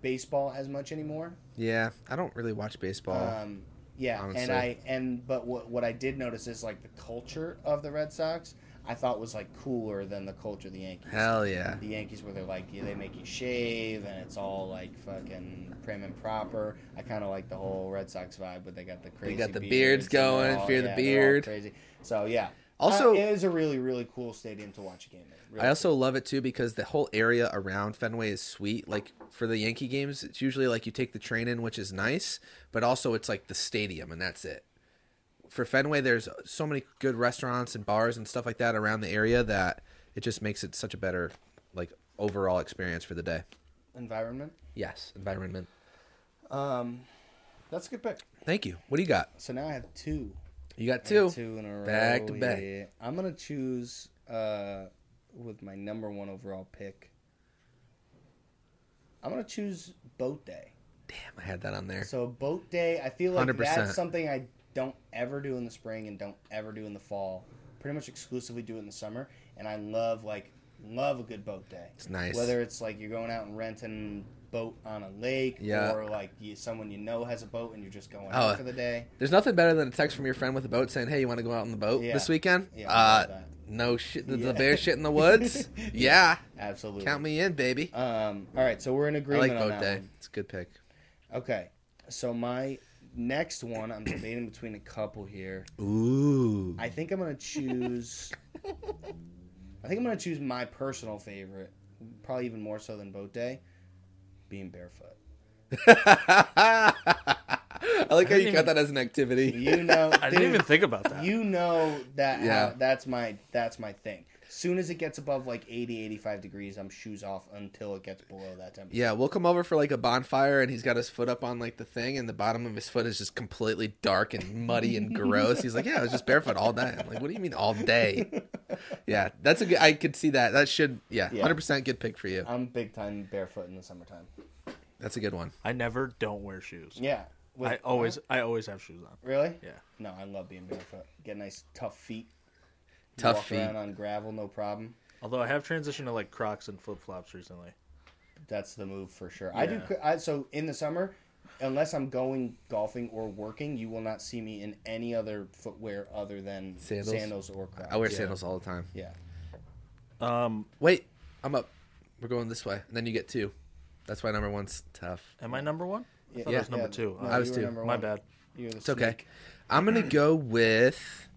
B: baseball as much anymore.
A: Yeah, I don't really watch baseball.
B: Um, yeah, and
A: Oh. Honestly.
B: I and but what what I did notice is like the culture of the Red Sox, I thought was like cooler than the culture of the Yankees.
A: Hell yeah.
B: The Yankees where they're like yeah, they make you shave and it's all like fucking prim and proper. I kind of like the whole Red Sox vibe, but they got the crazy.
A: got the beards
B: and they're
A: going, fear the
B: they're
A: beard.
B: Crazy. So yeah.
A: Also-
B: Uh, it is a really really cool stadium to watch a game in. Really
A: I also love it too because the whole area around Fenway is sweet. Like for the Yankee games, it's usually like you take the train in, which is nice, but also it's like the stadium and that's it. For Fenway, there's so many good restaurants and bars and stuff like that around the area that it just makes it such a better like overall experience for the day.
B: cool. environment.
A: Yes, environment.
B: Um, that's a good pick.
A: Thank you. What do you got?
B: So now I have two.
A: You got
B: I got
A: two.
B: two in a row.
A: Back to back.
B: yeah. I'm gonna choose uh, with my number one overall pick. I'm gonna choose Boat Day.
A: Damn, I had that on there.
B: So Boat Day, I feel like
A: 100%.
B: that's something I don't ever do in the spring and don't ever do in the fall. Pretty much exclusively do it in the summer, and I love like love a good boat day.
A: It's nice.
B: Whether it's like you're going out and renting a boat on a lake,
A: Yeah.
B: or like you, someone you know has a boat and you're just going
A: Oh.
B: out for the day.
A: There's nothing better than a text from your friend with a boat saying, "Hey, you want to go out on the boat
B: Yeah.
A: this weekend?"
B: Yeah, I love
A: uh,
B: that.
A: no shit. The,
B: Yeah.
A: the bear shit in the woods. yeah,
B: Absolutely.
A: count me in, baby.
B: Um, all right, so we're in
A: I
B: agreement
A: like
B: on
A: boat
B: that
A: day.
B: one.
A: It's a good pick.
B: Okay, so my next one, I'm debating between a couple here.
A: Ooh,
B: I think I'm gonna choose. I think I'm gonna choose my personal favorite, probably even more so than boat day, being barefoot.
A: I like how
C: I
A: you
C: didn't
A: got
C: even-
A: that as an activity.
B: You know,
C: I didn't even think about that.
B: you know that
A: Yeah.
B: how, that's my that's my thing. Soon as it gets above like 80, 85 degrees, I'm shoes off until it gets below that temperature.
A: Yeah, we'll come over for like a bonfire, and he's got his foot up on like the thing, and the bottom of his foot is just completely dark and muddy and gross. He's like, "Yeah, I was just barefoot all day." I'm like, "What do you mean all day?" Yeah, that's a good. I could see that. That should, yeah,
B: Yeah. Um,
A: hundred percent good pick for you.
B: I'm big time barefoot in the summertime.
A: That's a good one.
C: I never don't wear shoes.
B: Yeah, With-
C: I always I always have shoes on.
B: really.
C: Yeah.
B: No, I love being barefoot. Get nice tough feet.
A: Tough
B: Walk
A: feet.
B: around on gravel, no problem.
C: Although I have transitioned to like Crocs and flip flops recently.
B: That's the move for sure. I do.
C: Yeah.
B: cr- I, so in the summer, unless I'm going golfing or working, you will not see me in any other footwear other than
A: Sandals?
B: sandals, or Crocs.
A: I wear sandals all the time.
B: Yeah.
C: Um,
A: Wait, I'm up. We're going this way, and then you get two. That's why number one's tough.
C: am I number one? I thought
A: Yeah.
C: I was number two.
B: No,
C: I
A: was
B: you were
A: two.
B: number
C: my
B: one.
C: bad.
B: You're the
A: It's okay.
B: sneak.
A: I'm gonna go with.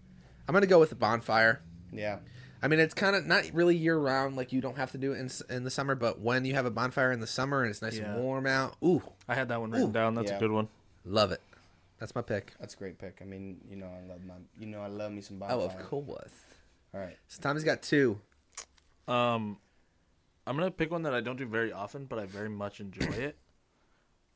A: I'm gonna go with the bonfire.
B: Yeah.
A: I mean, it's kind of not really year round. Like you don't have to do it in, s- in the summer, but when you have a bonfire in the summer and it's nice
C: Yeah.
A: and warm out, ooh,
C: I had that one written down. That's
B: Yeah.
C: a good one.
A: love it. That's my pick.
B: That's a great pick. I mean, you know, I love my, you know, I love me some bonfire.
A: Oh, of course.
B: All right.
A: So Tommy's got two.
C: Um, I'm gonna pick one that I don't do very often, but I very much enjoy it.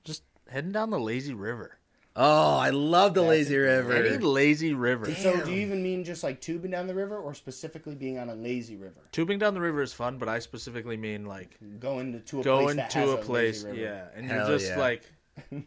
C: Just heading down the lazy river.
A: Oh, I love the lazy river.
C: I need lazy river.
B: So, do you even mean just like tubing down the river, or specifically being on a lazy river,
C: Tubing down the river is fun, but I specifically mean like
B: going to, to a
C: going
B: place that has
C: to a place,
B: lazy river.
C: yeah, and
A: Hell
C: you're just
A: yeah.
C: like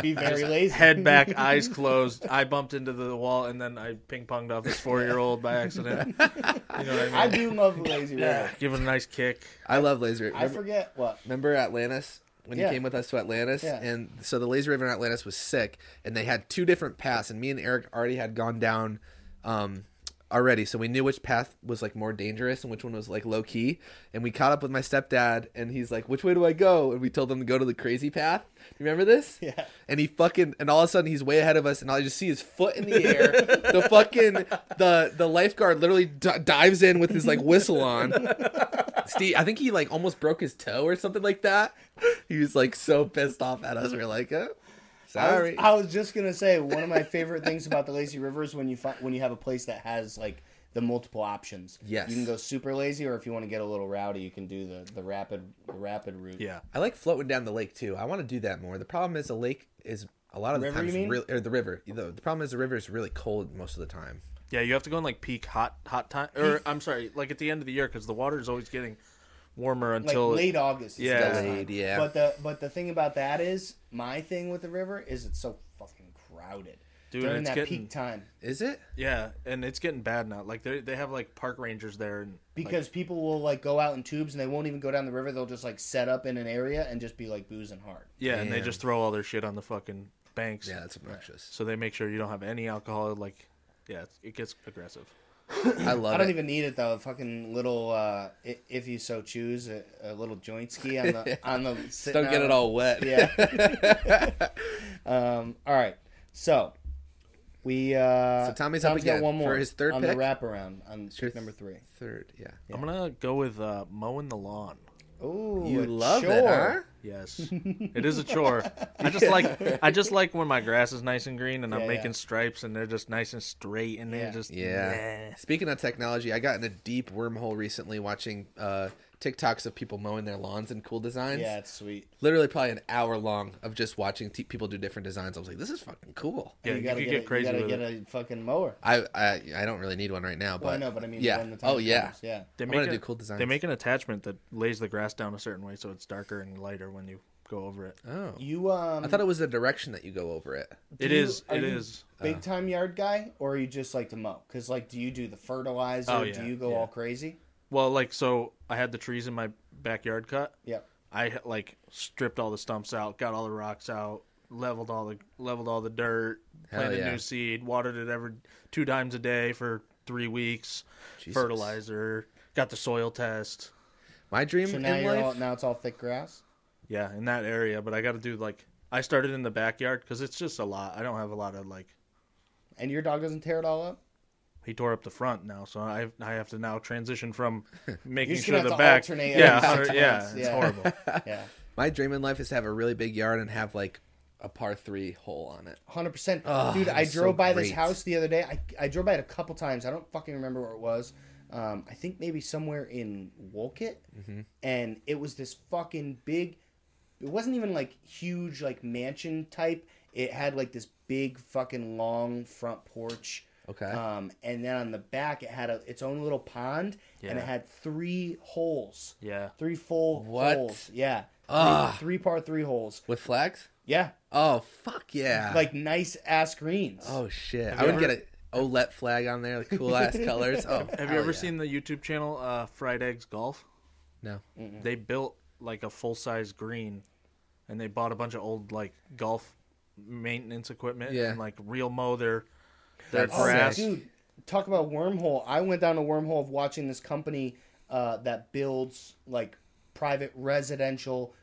B: Be very lazy.
C: head back, eyes closed. I bumped into the wall, and then I ping ponged off this four year old by accident. You know what I
B: I
C: mean?
B: do love the lazy river.
C: Give it a nice kick.
A: I love lazy river.
B: I
A: Remember,
B: forget what.
A: remember Atlantis when
B: Yeah.
A: you came with us to Atlantis,
B: Yeah.
A: and so the lazy river in Atlantis was sick, and they had two different paths, and me and Eric already had gone down. Um, already so we knew which path was like more dangerous and which one was like low key and we caught up with my stepdad and he's like which way do i go and we told him to go to the crazy path You remember this
B: Yeah.
A: and he fucking and all of a sudden he's way ahead of us and i just see his foot in the air the fucking the the lifeguard literally d- dives in with his like whistle on steve i think he like almost broke his toe or something like that he was like so pissed off at us we are like uh
B: I was-
A: sorry
B: I was just gonna say one of my favorite things about the lazy river is when you find when you have a place that has like the multiple options.
A: Yes.
B: you can go super lazy, or if you want to get a little rowdy, you can do the the rapid the rapid route.
C: Yeah,
A: I like floating down the lake too. I want to do that more. The problem is the lake is a lot of the
B: River, you
A: times
B: mean?
A: really or the river. The, the problem is the river is really cold most of the time.
C: yeah. You have to go in like peak hot hot time, or I'm sorry, like at the end of the year, because the water is always getting warmer
B: like
C: until
B: late August. is the
C: Yeah.
B: best time.
A: Delayed, yeah.
B: But the but the thing about that is my thing with the river is it's so fucking crowded
C: Dude,
B: during
C: it's
B: that
C: getting-
B: peak time
A: Is it?
C: Yeah, and it's getting bad now. Like they they have like park rangers there, and
B: because people will like go out in tubes and they won't even go down the river. They'll just like set up in an area and just be like boozing hard.
C: yeah, and they
A: Damn.
C: just throw all their shit on the fucking banks.
A: Yeah, that's obnoxious.
C: So they make sure you don't have any alcohol. Like, yeah, it's, it gets aggressive.
A: I love
B: I don't
A: it.
B: even need it though. A fucking little, uh, i- if you so choose, a, a little joint ski on the on the.
A: Just
B: sitting
A: don't get
B: out-
A: it all wet.
B: Yeah. um. All right. So we. Uh,
A: So Tommy's up
B: got
A: again
B: one more
A: for his third
B: on
A: pick?
B: the wraparound on
A: Sure.
B: pick number three.
A: Third, yeah.
C: I'm gonna go with uh, mowing the lawn.
B: Oh,
A: You love it, huh?
C: Yes, it is a chore. I just like I just like when my grass is nice and green, and
B: Yeah,
C: I'm making
B: yeah.
C: stripes, and they're just nice and straight, and
B: Yeah.
C: they're just
A: Yeah.
C: Nah.
A: Speaking of technology, I got in a deep wormhole recently watching uh, TikToks of people mowing their lawns and cool designs.
B: Yeah, it's sweet.
A: Literally, probably an hour long of just watching t- people do different designs. I was like, this is fucking cool.
C: Yeah,
B: you
C: you
B: gotta
C: could
B: get,
C: get
B: a,
C: crazy
B: You gotta
C: with
B: get a fucking mower.
A: I, I I don't really need one right now, but
B: Well, I know, but I mean,
A: yeah.
B: when the time
A: oh yeah,
B: comes, yeah.
C: They
A: wanna do cool
C: They
A: designs.
C: make an attachment that lays the grass down a certain way so it's darker and lighter when you go over it.
A: oh.
B: You um,
A: I thought it was the direction that you go over it.
C: It
B: you-
C: is.
B: are
C: It
B: you-
C: is.
A: uh,
B: big time yard guy, or you just like to mow? Because like, do you do the fertilizer?
C: Oh, yeah,
B: do you go
C: yeah.
B: all crazy?
C: Well, like so, I had the trees in my backyard cut.
B: Yeah.
C: I like stripped all the stumps out, got all the rocks out, leveled all the leveled all the dirt,
A: Hell
C: planted
A: yeah.
C: new seed, watered it every two times a day for three weeks,
A: Jesus.
C: fertilizer, got the soil test.
A: My dream
B: So
A: in
B: now you're
A: life.
B: all, now it's all thick grass.
C: Yeah, in that area, but I got to do like I started in the backyard because it's just a lot. I don't have a lot of like.
B: And your dog doesn't tear it all up.
C: He tore up the front now, so I I have to now transition from making
B: just
C: sure
B: gonna
C: the
B: have to
C: back.
B: alternate
C: yeah,
B: every
C: hundred-
B: six
C: yeah,
B: months,
C: it's
B: yeah.
C: horrible.
B: Yeah,
A: my dream in life is to have a really big yard and have like a par three hole on it.
B: hundred percent, dude. I
A: that's
B: drove
A: Ah, so
B: by this
A: great.
B: house the other day. I I drove by it a couple times. I don't fucking remember where it was. Um, I think maybe somewhere in Wolcott,
A: Mm-hmm.
B: and it was this fucking big. It wasn't even like huge, like mansion type. It had like this big fucking long front porch.
A: Okay.
B: Um, and then on the back, it had a, its own little pond, and it
C: Yeah.
B: had three holes.
C: Yeah.
B: Three full
A: What?
B: holes. Yeah.
A: Ugh.
B: Three, three par three holes.
A: With flags?
B: Yeah.
A: Oh fuck yeah!
B: Like nice ass greens.
A: oh shit, I
C: you
A: would
C: ever-
A: get an Olet flag on there, the cool ass colors. Oh,
C: Have you
A: hell
C: ever
A: yeah.
C: seen the YouTube channel uh, Fried Eggs Golf?
A: No.
C: They built like a full size green, and they bought a bunch of old like golf maintenance equipment
A: Yeah.
C: and like real mow their their
A: That's
C: grass.
A: sick.
B: Oh, Dude, talk about wormhole. I went down a wormhole of watching this company uh, that builds like private residential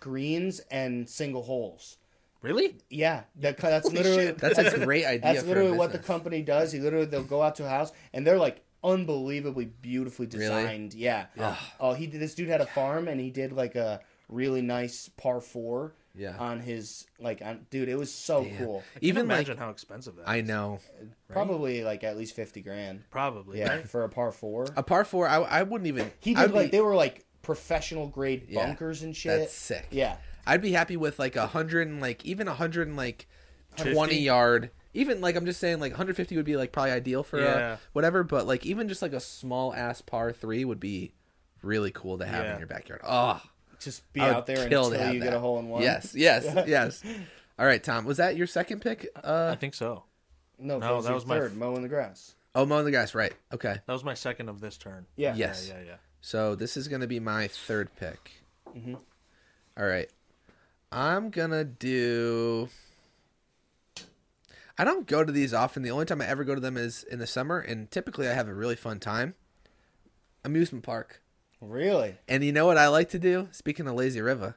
B: greens and single holes.
C: Really?
B: Yeah, that, that's literally
A: That's a great idea.
B: That's
A: for a
B: literally what the
A: business.
B: company does. You literally they'll go out to a house and they're like unbelievably beautifully designed. Yeah. Oh, he did. This dude had a farm and he did like a really nice par four.
A: Yeah.
B: On his like, on, dude, it was so cool.
A: Even like
C: imagine how expensive that.
A: I
C: is.
A: know
B: Probably like at least fifty grand.
C: Probably.
B: Yeah,
C: right?
B: for a par four.
A: a par four. I, I wouldn't even.
B: He
A: Uh, I'd
B: did like
A: be-
B: they were like professional grade
A: Yeah.
B: bunkers and shit.
A: That's sick.
B: Yeah.
A: I'd be happy with like a hundred and like even a hundred and like twenty
C: 150?
A: yard. Even like I'm just saying, like 150 would be like probably ideal for uh,
C: Yeah.
A: whatever. But like even just like a small ass par three would be really cool to have in
C: Yeah.
A: your backyard. Oh,
B: Just be
A: I would
B: out there
A: kill
B: until
A: to have
B: you get
A: that.
B: a hole in one.
A: Yes, yes, yes. All right, Tom. Was that your second pick? Uh,
C: I think so.
B: No,
C: No,
B: that was, your my third mowing the grass.
A: oh, mowing the grass. Right. Okay.
C: That was my second of this turn.
B: Yeah.
A: Yes.
C: Yeah. Yeah.
A: So this is gonna be my third pick. All right, I'm gonna do. I don't go to these often. The only time I ever go to them is in the summer, and typically I have a really fun time. Amusement park.
B: Really?
A: And you know what I like to do? Speaking of Lazy River,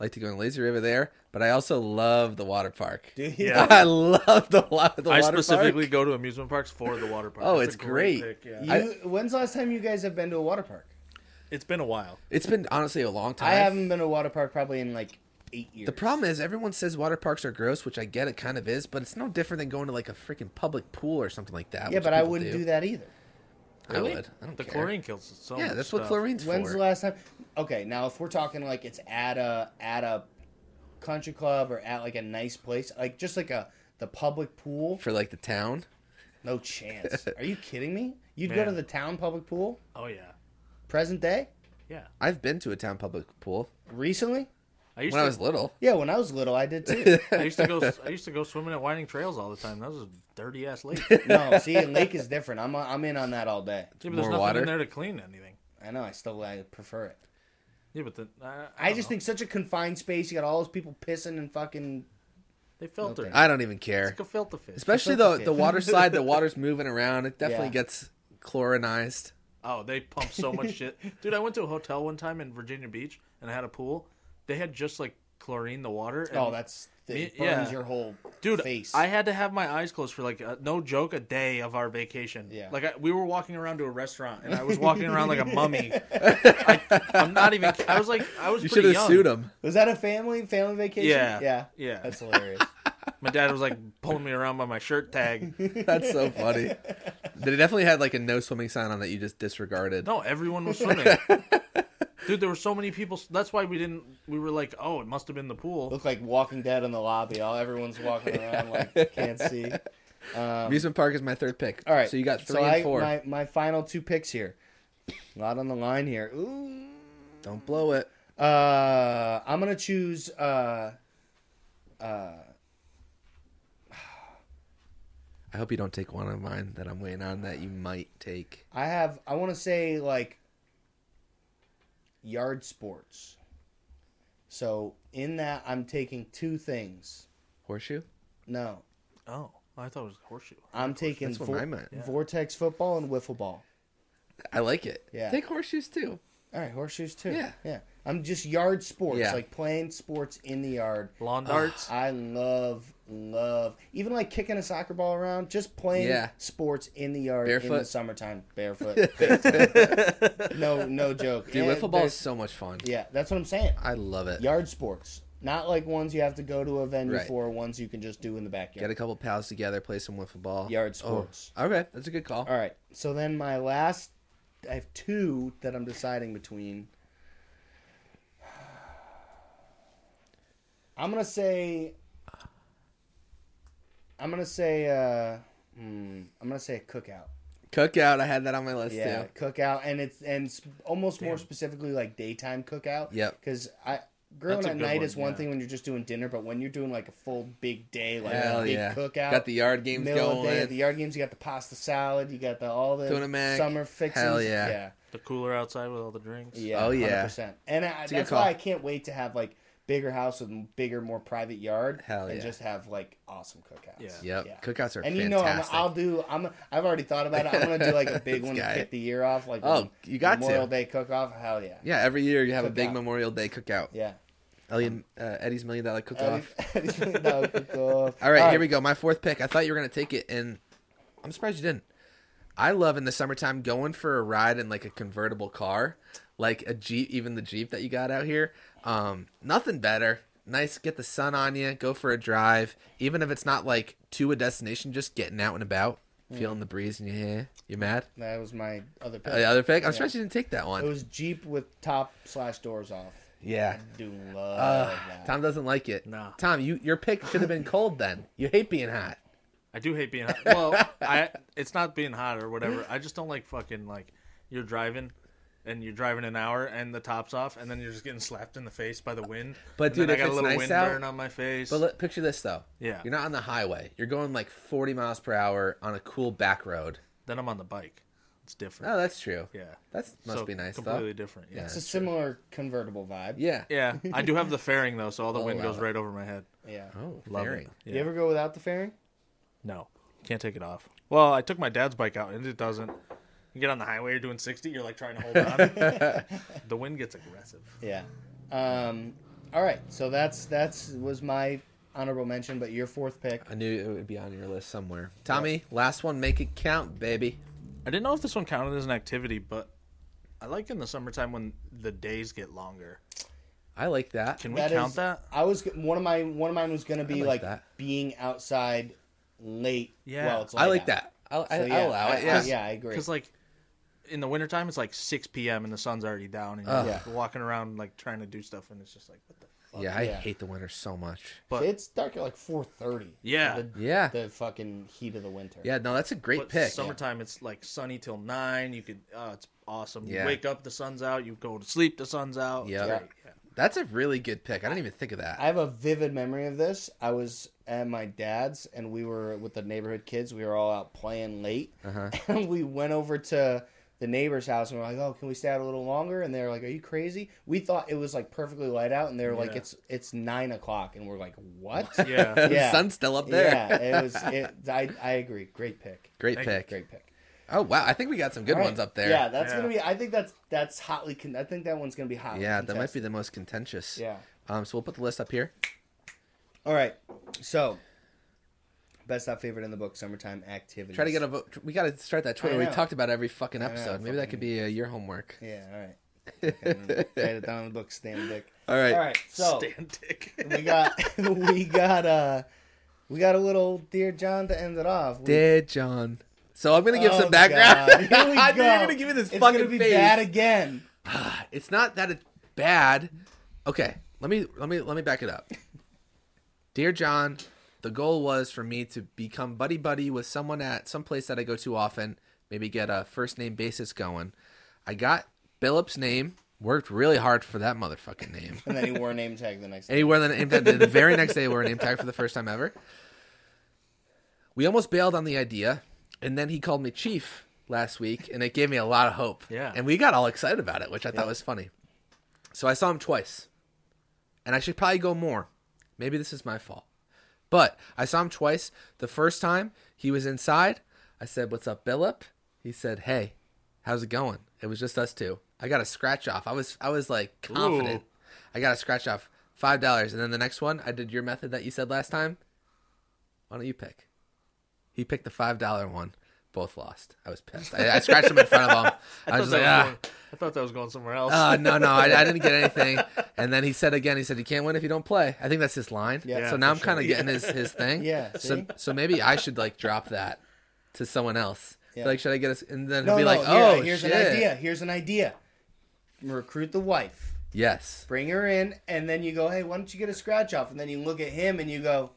A: I like to go in Lazy River there, but I also love the water park.
B: Dude,
C: Yeah.
A: I love the, wa- the water
C: I
A: park.
C: specifically go to amusement parks for the water park.
A: Oh,
C: That's
A: it's
C: a great.
A: great.
C: pick, yeah.
B: You, when's the last time you guys have been to a water park?
C: It's been a while.
A: It's been honestly a long time.
B: I haven't been to a water park probably in like eight years.
A: The problem is everyone says water parks are gross, which I get it kind of is, but it's no different than going to like a freaking public pool or something like that.
B: yeah,
A: which
B: but I
A: people
B: wouldn't do. that either.
A: I would. I don't
C: the
A: care.
C: chlorine kills so
A: Yeah,
C: much
A: that's what
C: stuff.
A: chlorine's
B: When's
A: for.
B: the last time? Okay, now if we're talking like it's at a at a country club or at like a nice place, like just like a the public pool,
A: for like the town.
B: no chance. Are you kidding me? You'd go
C: Man.
B: to the town public pool,
C: Oh yeah.
B: present day,
C: Yeah.
A: I've been to a town public pool
B: recently.
C: I used
A: when I
C: to
A: was little.
B: Yeah, when I was little, I did too.
C: I used to go. I used to go swimming at Winding Trails all the time. That was a dirty ass lake. Yeah,
B: no, see, and lake is different. I'm I'm in on that all day.
C: but
A: More
C: there's nothing
A: water.
C: in there to clean anything.
B: I know. I still I prefer it.
C: Yeah, but the, I, I,
B: I
C: don't
A: Uh-huh.
B: just
C: know.
B: think such a confined space. You got all those people pissing and fucking
C: they filter.
B: Okay.
C: I,
A: I don't even care.
C: like a filter fish.
A: Especially the
B: filthy.
A: the water slide, the water's moving around. It definitely
B: Yeah.
A: gets chlorinized.
C: Oh, they pump so much shit, dude. I went to a hotel one time in Virginia Beach and I had a pool. They had just like chlorine the water. And,
B: Oh, that's it
C: Me-
B: burns
C: yeah.
B: your whole
C: dude.
B: face.
C: I had to have my eyes closed for like a, no joke a day of our vacation.
B: Yeah.
C: like I, we were walking around to a restaurant and I was walking around like a mummy. I, I'm not even. I was like, I was
A: You should
C: pretty
A: have
C: young.
A: sued him.
B: was that a family family vacation?
C: Yeah.
B: yeah,
C: Yeah.
B: That's hilarious.
C: My dad was like pulling me around by my shirt tag.
A: That's so funny. they definitely had like a no swimming sign on that you just disregarded.
C: No, everyone was swimming. Dude, there were so many people. That's why we didn't. We were like, oh, it must have been the pool.
B: Look like Walking Dead in the lobby. All everyone's walking around like can't see.
A: Amusement park is my third pick.
B: Um, All right.
A: So you got three and
B: I-
A: four.
B: My, my final two picks here. A lot on the line here. Ooh.
A: Don't blow it.
B: Uh, I'm gonna choose. Uh,
A: I hope you don't take one of mine that I'm waiting on that you might take.
B: I have. I want to say like yard sports. So in that, I'm taking two things.
A: Horseshoe?
B: No,
C: Oh, I thought it was horseshoe.
B: I'm taking
A: That's what
B: vor-
A: mine meant. Yeah.
B: vortex football and wiffle ball.
A: I like it.
B: Yeah.
A: Take horseshoes too.
B: All right, horseshoes too.
A: Yeah.
B: yeah. I'm just yard sports,
A: Yeah.
B: like playing sports in the yard. Ah,
C: Lawn darts.
B: I love, love, even like kicking a soccer ball around, just playing
A: Yeah.
B: sports in the yard in the
A: Barefoot.
B: summertime, barefoot. no, no joke.
A: Dude,
B: Yeah,
A: wiffle ball is
B: there's-
A: so much fun.
B: Yeah, that's what I'm saying.
A: I love it.
B: Yard sports, not like ones you have to go to a venue
A: Right.
B: for, ones you can just do in the
A: Get
B: backyard.
A: a couple pals together, play some wiffle ball.
B: Yard
A: Oh,
B: sports.
A: Okay, that's a good call.
B: All right, so then my last, I have two that I'm deciding between. I'm gonna say. I'm gonna say. Uh, hmm, I'm gonna say a cookout.
A: Cookout, I had that on my list
B: Yeah,
A: too.
B: cookout, and it's and it's almost more specifically like daytime cookout.
A: Yep.
B: Because I grilling
C: That's a
B: at
C: good
B: night
C: one,
B: is one
C: yeah.
B: thing when you're just doing dinner, but when you're doing like a full big day, like a
A: Hell
B: big
A: yeah.
B: cookout,
A: Got the yard games
B: middle of
A: going.
B: the day at the yard games, you got the pasta salad, you got the all the
A: Tuna mac.
B: summer fixings.
A: Hell yeah.
B: yeah,
C: The cooler outside with all the drinks.
B: yeah.
A: Oh, yeah.
B: 100%. And I,
A: a good
B: that's why
A: call.
B: I can't wait to have like bigger house with bigger, more private yard,
A: Hell
B: and
A: yeah.
B: just have like awesome cookouts.
C: Yeah.
A: Yep.
B: Yeah.
A: Cookouts are
B: And you know, I'm,
A: fantastic.
B: I'll do. I'm. I've already thought about it. I'm gonna do like a
A: This
B: big one to
A: guy.
B: kick the year off. Like
A: Oh,
B: when
A: you got to.
B: Memorial Day cook off. Hell yeah.
A: yeah, every year you have a big
B: Cookout.
A: Memorial Day cookout.
B: Yeah.
A: Elliot, uh, Eddie's Million Dollar Cook Off.
B: That would be cool.
A: All right, here we go. My fourth pick. I thought you were gonna take it, and I'm surprised you didn't. I love in the summertime going for a ride in like a convertible car, like a jeep, even the jeep that you got out here. Um, nothing better. Nice, get the sun on you. Go for a drive, even if it's not like to a destination. Just getting out and about, feeling the breeze in your hair. You mad?
B: That was my other pick.
A: Uh, The other pick. I'm surprised you didn't take that
B: It
A: one.
B: was Jeep with top slash doors off.
A: Yeah.
B: Do love
A: Oh, Uh,
B: that.
A: Tom doesn't like it.
C: No.
A: Tom, you your pick should have been cold. Then you hate being hot.
C: I do hate being hot. Well, I it's not being hot or whatever. I just don't like fucking like you're driving and you're driving an hour and the top's off and then you're just getting slapped in the face by the wind.
A: But
C: And
A: dude, if
C: then I got
A: it's
C: a little
A: nice
C: wind
A: out-
C: burn on my face.
A: But look, picture this though.
C: Yeah.
A: You're not on the highway. You're going like 40 miles per hour on a cool back road.
C: then I'm on the bike. It's different.
A: Oh, that's true.
C: yeah.
A: That's must
C: So,
A: be nice
C: Completely
A: though.
C: different. Yeah.
B: It's a similar convertible vibe.
A: Yeah.
C: Yeah, I do have the fairing though, so all the wind
A: Oh, wow.
C: goes right over my head.
B: Yeah.
A: Oh,
C: Love
A: very.
C: it.
B: You
C: Yeah.
B: ever go without the fairing?
C: No, can't take it off. Well, I took my dad's bike out and it doesn't. You get on the highway, you're doing 60, you're like trying to hold on. the wind gets aggressive.
B: Yeah. Um. All right. So that's that's was my honorable mention, but your fourth pick.
A: I knew it would be on your list somewhere. Tommy, last one. Make it count, baby.
C: I didn't know if this one counted as an activity, but I like in the summertime when the days get longer.
A: I like that.
C: Can we
B: That is.
C: count that?
B: I was one of my one of mine was gonna be
A: like
B: like,
A: that.
B: being outside late.
C: Yeah.
B: while it's
A: I like
B: out.
A: that. I, I,
B: So,
A: I allow
B: I-
A: it. Yeah.
B: I, yeah, I agree.
C: Because like in the wintertime, it's like 6 p.m. and the sun's already down, and you're
A: Ugh.
C: like, walking around like trying to do stuff, and it's just like what the. Fuck?
A: Yeah, I
B: Yeah.
A: hate the winter so much.
C: But
B: it's dark at like four thirty.
C: Yeah.
B: the,
A: Yeah.
B: the fucking heat of the winter.
A: Yeah, no, that's a great
C: But
A: pick.
C: Summertime, it's like sunny till nine. You could, uh, it's awesome.
A: Yeah.
C: You wake up, the sun's out. You go to sleep, the sun's out.
A: Yeah.
C: It's great, yeah.
A: That's a really good pick. I didn't even think of that.
B: I have a vivid memory of this. I was at my dad's, and we were with the neighborhood kids. We were all out playing late,
A: Uh-huh.
B: and we went over to the neighbor's house, and we are like, "Oh, can we stay out a little longer?" And they're like, "Are you crazy?" We thought it was like perfectly light out, and they're like,
C: Yeah.
B: "It's it's nine o'clock," and we're like, "What?"
C: Yeah.
B: yeah.
A: the sun's still up there.
B: Yeah, it was. It, I I agree. Great pick.
A: Great
C: Thank you.
A: pick.
B: Great pick.
A: Oh wow, I think we got some good
B: All right.
A: ones up there.
B: Yeah, that's
C: Yeah.
B: gonna be. I think that's that's hotly. Con- I think that one's gonna be hot.
A: Yeah, that might be the most contentious.
B: Yeah.
A: Um, so we'll put the list up here.
B: All right. So, best not favorite in the book, summertime activity.
A: Try to get a vote. We got to start that Twitter.
B: I
A: We
B: know.
A: talked about every fucking
B: know,
A: episode. Maybe that
B: fucking-
A: could be uh, your homework.
B: Yeah. All right. Okay, write it down in the book, stand dick.
A: All right.
B: All right. So
C: Stand dick.
B: we got we got uh we got a little dear John to end it off. We-
A: Dead John. So I'm gonna give
B: Oh,
A: some background.
B: God. Here we
A: I knew you were
B: go.
A: gonna give me this
B: it's
A: fucking
B: gonna be
A: face.
B: bad again.
A: It's not that it's bad. Okay, let me let me let me back it up. Dear John, the goal was for me to become buddy buddy with someone at some place that I go to often, maybe get a first name basis going. I got Billup's name, worked really hard for that motherfucking name.
B: And then he wore a name tag the next day.
A: And he wore the name tag the very next day. He wore a name tag for the first time ever. We almost bailed on the idea, and then he called me chief last week, and it gave me a lot of hope.
C: Yeah.
A: and we got all excited about it, which I thought was funny. So I saw him twice, and I should probably go more. Maybe this is my fault, but I saw him twice. The first time he was inside, I said, "What's up, Billip?" He said, "Hey, how's it going?" It was just us two. I got a scratch off. I was I was like confident. I got a scratch off five dollars, and then the next one I did your method that you said last time. Why don't you pick? He picked the five dollar one. Both lost. I was pissed. I, I scratched him in front of him. I, was just
C: thought
A: like,
C: that was
A: ah,
C: going- I thought that was going somewhere else.
A: uh, no, no, I, I didn't get anything. And then he said again, he said, "You can't win if you don't play." I think that's his line.
B: Yeah,
A: so now I'm kind of getting his his thing.
B: Yeah,
A: So
B: see?
A: so maybe I should like drop that to someone else.
B: Yeah.
A: Like, should I get us? And then
B: No,
A: he'll be
B: no,
A: like,
B: here-
A: "Oh,
B: here's
A: shit."
B: an idea. Here's an idea. Recruit the wife.
A: Yes.
B: Bring her in, and then you go, hey, why don't you get a scratch off? And then you look at him and you go,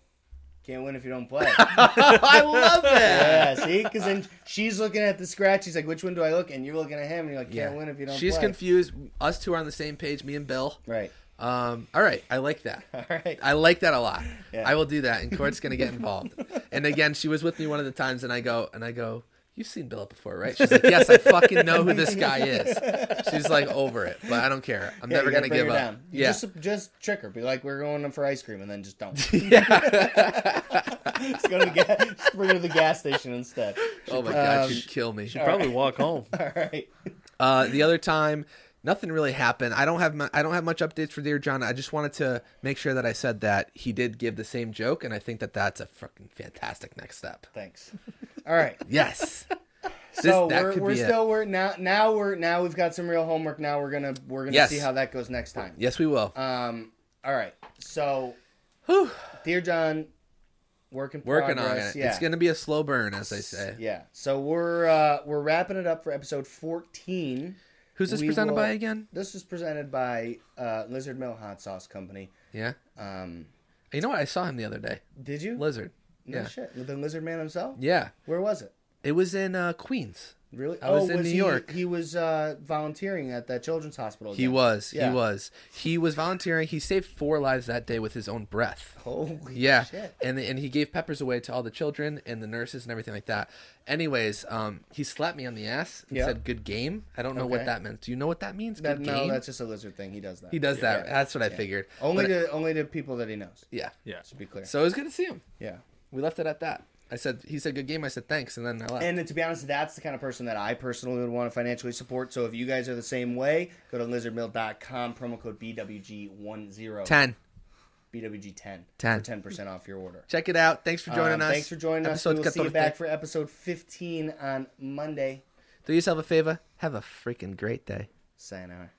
B: can't win if you don't play.
A: I love that.
B: yeah, see? Because then she's looking at the scratch. She's like, which one do I look? And you're looking at him and you're like, can't win if you don't
A: She's
B: play.
A: confused. Us two are on the same page, me and Bill.
B: Right.
A: Um, all right, I like that.
B: All right.
A: I like that a lot.
B: Yeah.
A: I will do that, and Court's gonna get involved. and again, she was with me one of the times, and I go, and I go, you've seen Bill up before, right? She's like, yes, I fucking know who this guy is. She's like over it, but I don't care. I'm
B: Yeah,
A: never
B: you gotta
A: gonna
B: bring
A: give
B: her
A: up.
B: down. You
A: Yeah,
B: Just, just trick her. Be like, we're going in for ice cream, and then just don't. just go to the gas. Just bring her to the gas station instead.
A: oh my god,
B: Um,
A: she'd kill me.
C: Probably walk home.
B: All right.
A: Uh, the other time, nothing really happened. I don't have mu- I don't have much updates for Dear John. I just wanted to make sure that I said that he did give the same joke, and I think that that's a fucking fantastic next step.
B: Thanks. All right.
A: Yes.
B: So
A: that
B: we're,
A: could
B: we're
A: be it.
B: still we're now now we're now we've got some real homework. Now we're gonna we're gonna
A: Yes.
B: see how that goes next time.
A: Yes, we will.
B: Um. All right. So,
A: Whew.
B: dear John, working
A: Working on
B: progress.
A: it.
B: Yeah.
A: It's going to be a slow burn, as they say.
B: yeah. So we're uh, we're wrapping it up for episode fourteen.
A: Who's this
B: We
A: presented
B: will-
A: by again?
B: This is presented by uh, Lizard Mill Hot Sauce Company.
A: Yeah.
B: Um,
A: You know what? I saw him the other day.
B: did you?
A: Lizard.
B: No
A: Yeah.
B: shit. The Lizard Man himself?
A: Yeah.
B: Where was it?
A: It was in uh, Queens.
B: Really?
A: I was in New
B: he,
A: York.
B: He was uh, volunteering at that children's hospital.
A: He
B: again.
A: was.
B: Yeah.
A: He was. He was volunteering. He saved four lives that day with his own breath.
B: Holy
A: yeah
B: shit.
A: and and he gave peppers away to all the children and the nurses and everything like that anyways um he slapped me on the ass and
B: Yeah.
A: said good game i don't know
B: Okay.
A: what that meant do you know what that means
B: That,
A: good
B: no,
A: game
B: that's just a lizard thing. He does that.
A: he does that
B: Yeah.
A: that's what i figured
B: Only
A: But-
B: to only to people that he knows.
A: yeah
C: Yeah.
B: To be clear.
A: so it was good to see him
B: yeah.
A: we left it at that i said he said good game i said thanks and then i left
B: And to be honest, that's the kind of person that I personally would want to financially support. So if you guys are the same way, go to lizardmill.com, promo code BWG10.
A: 10
B: BWG10.
A: 10.
B: For 10% off your order.
A: check it out thanks for joining
B: Um,
A: us
B: Thanks for joining us. We will see you
A: 14.
B: back for episode 15 on Monday.
A: do yourself a favor have a freaking great day
B: Sayonara.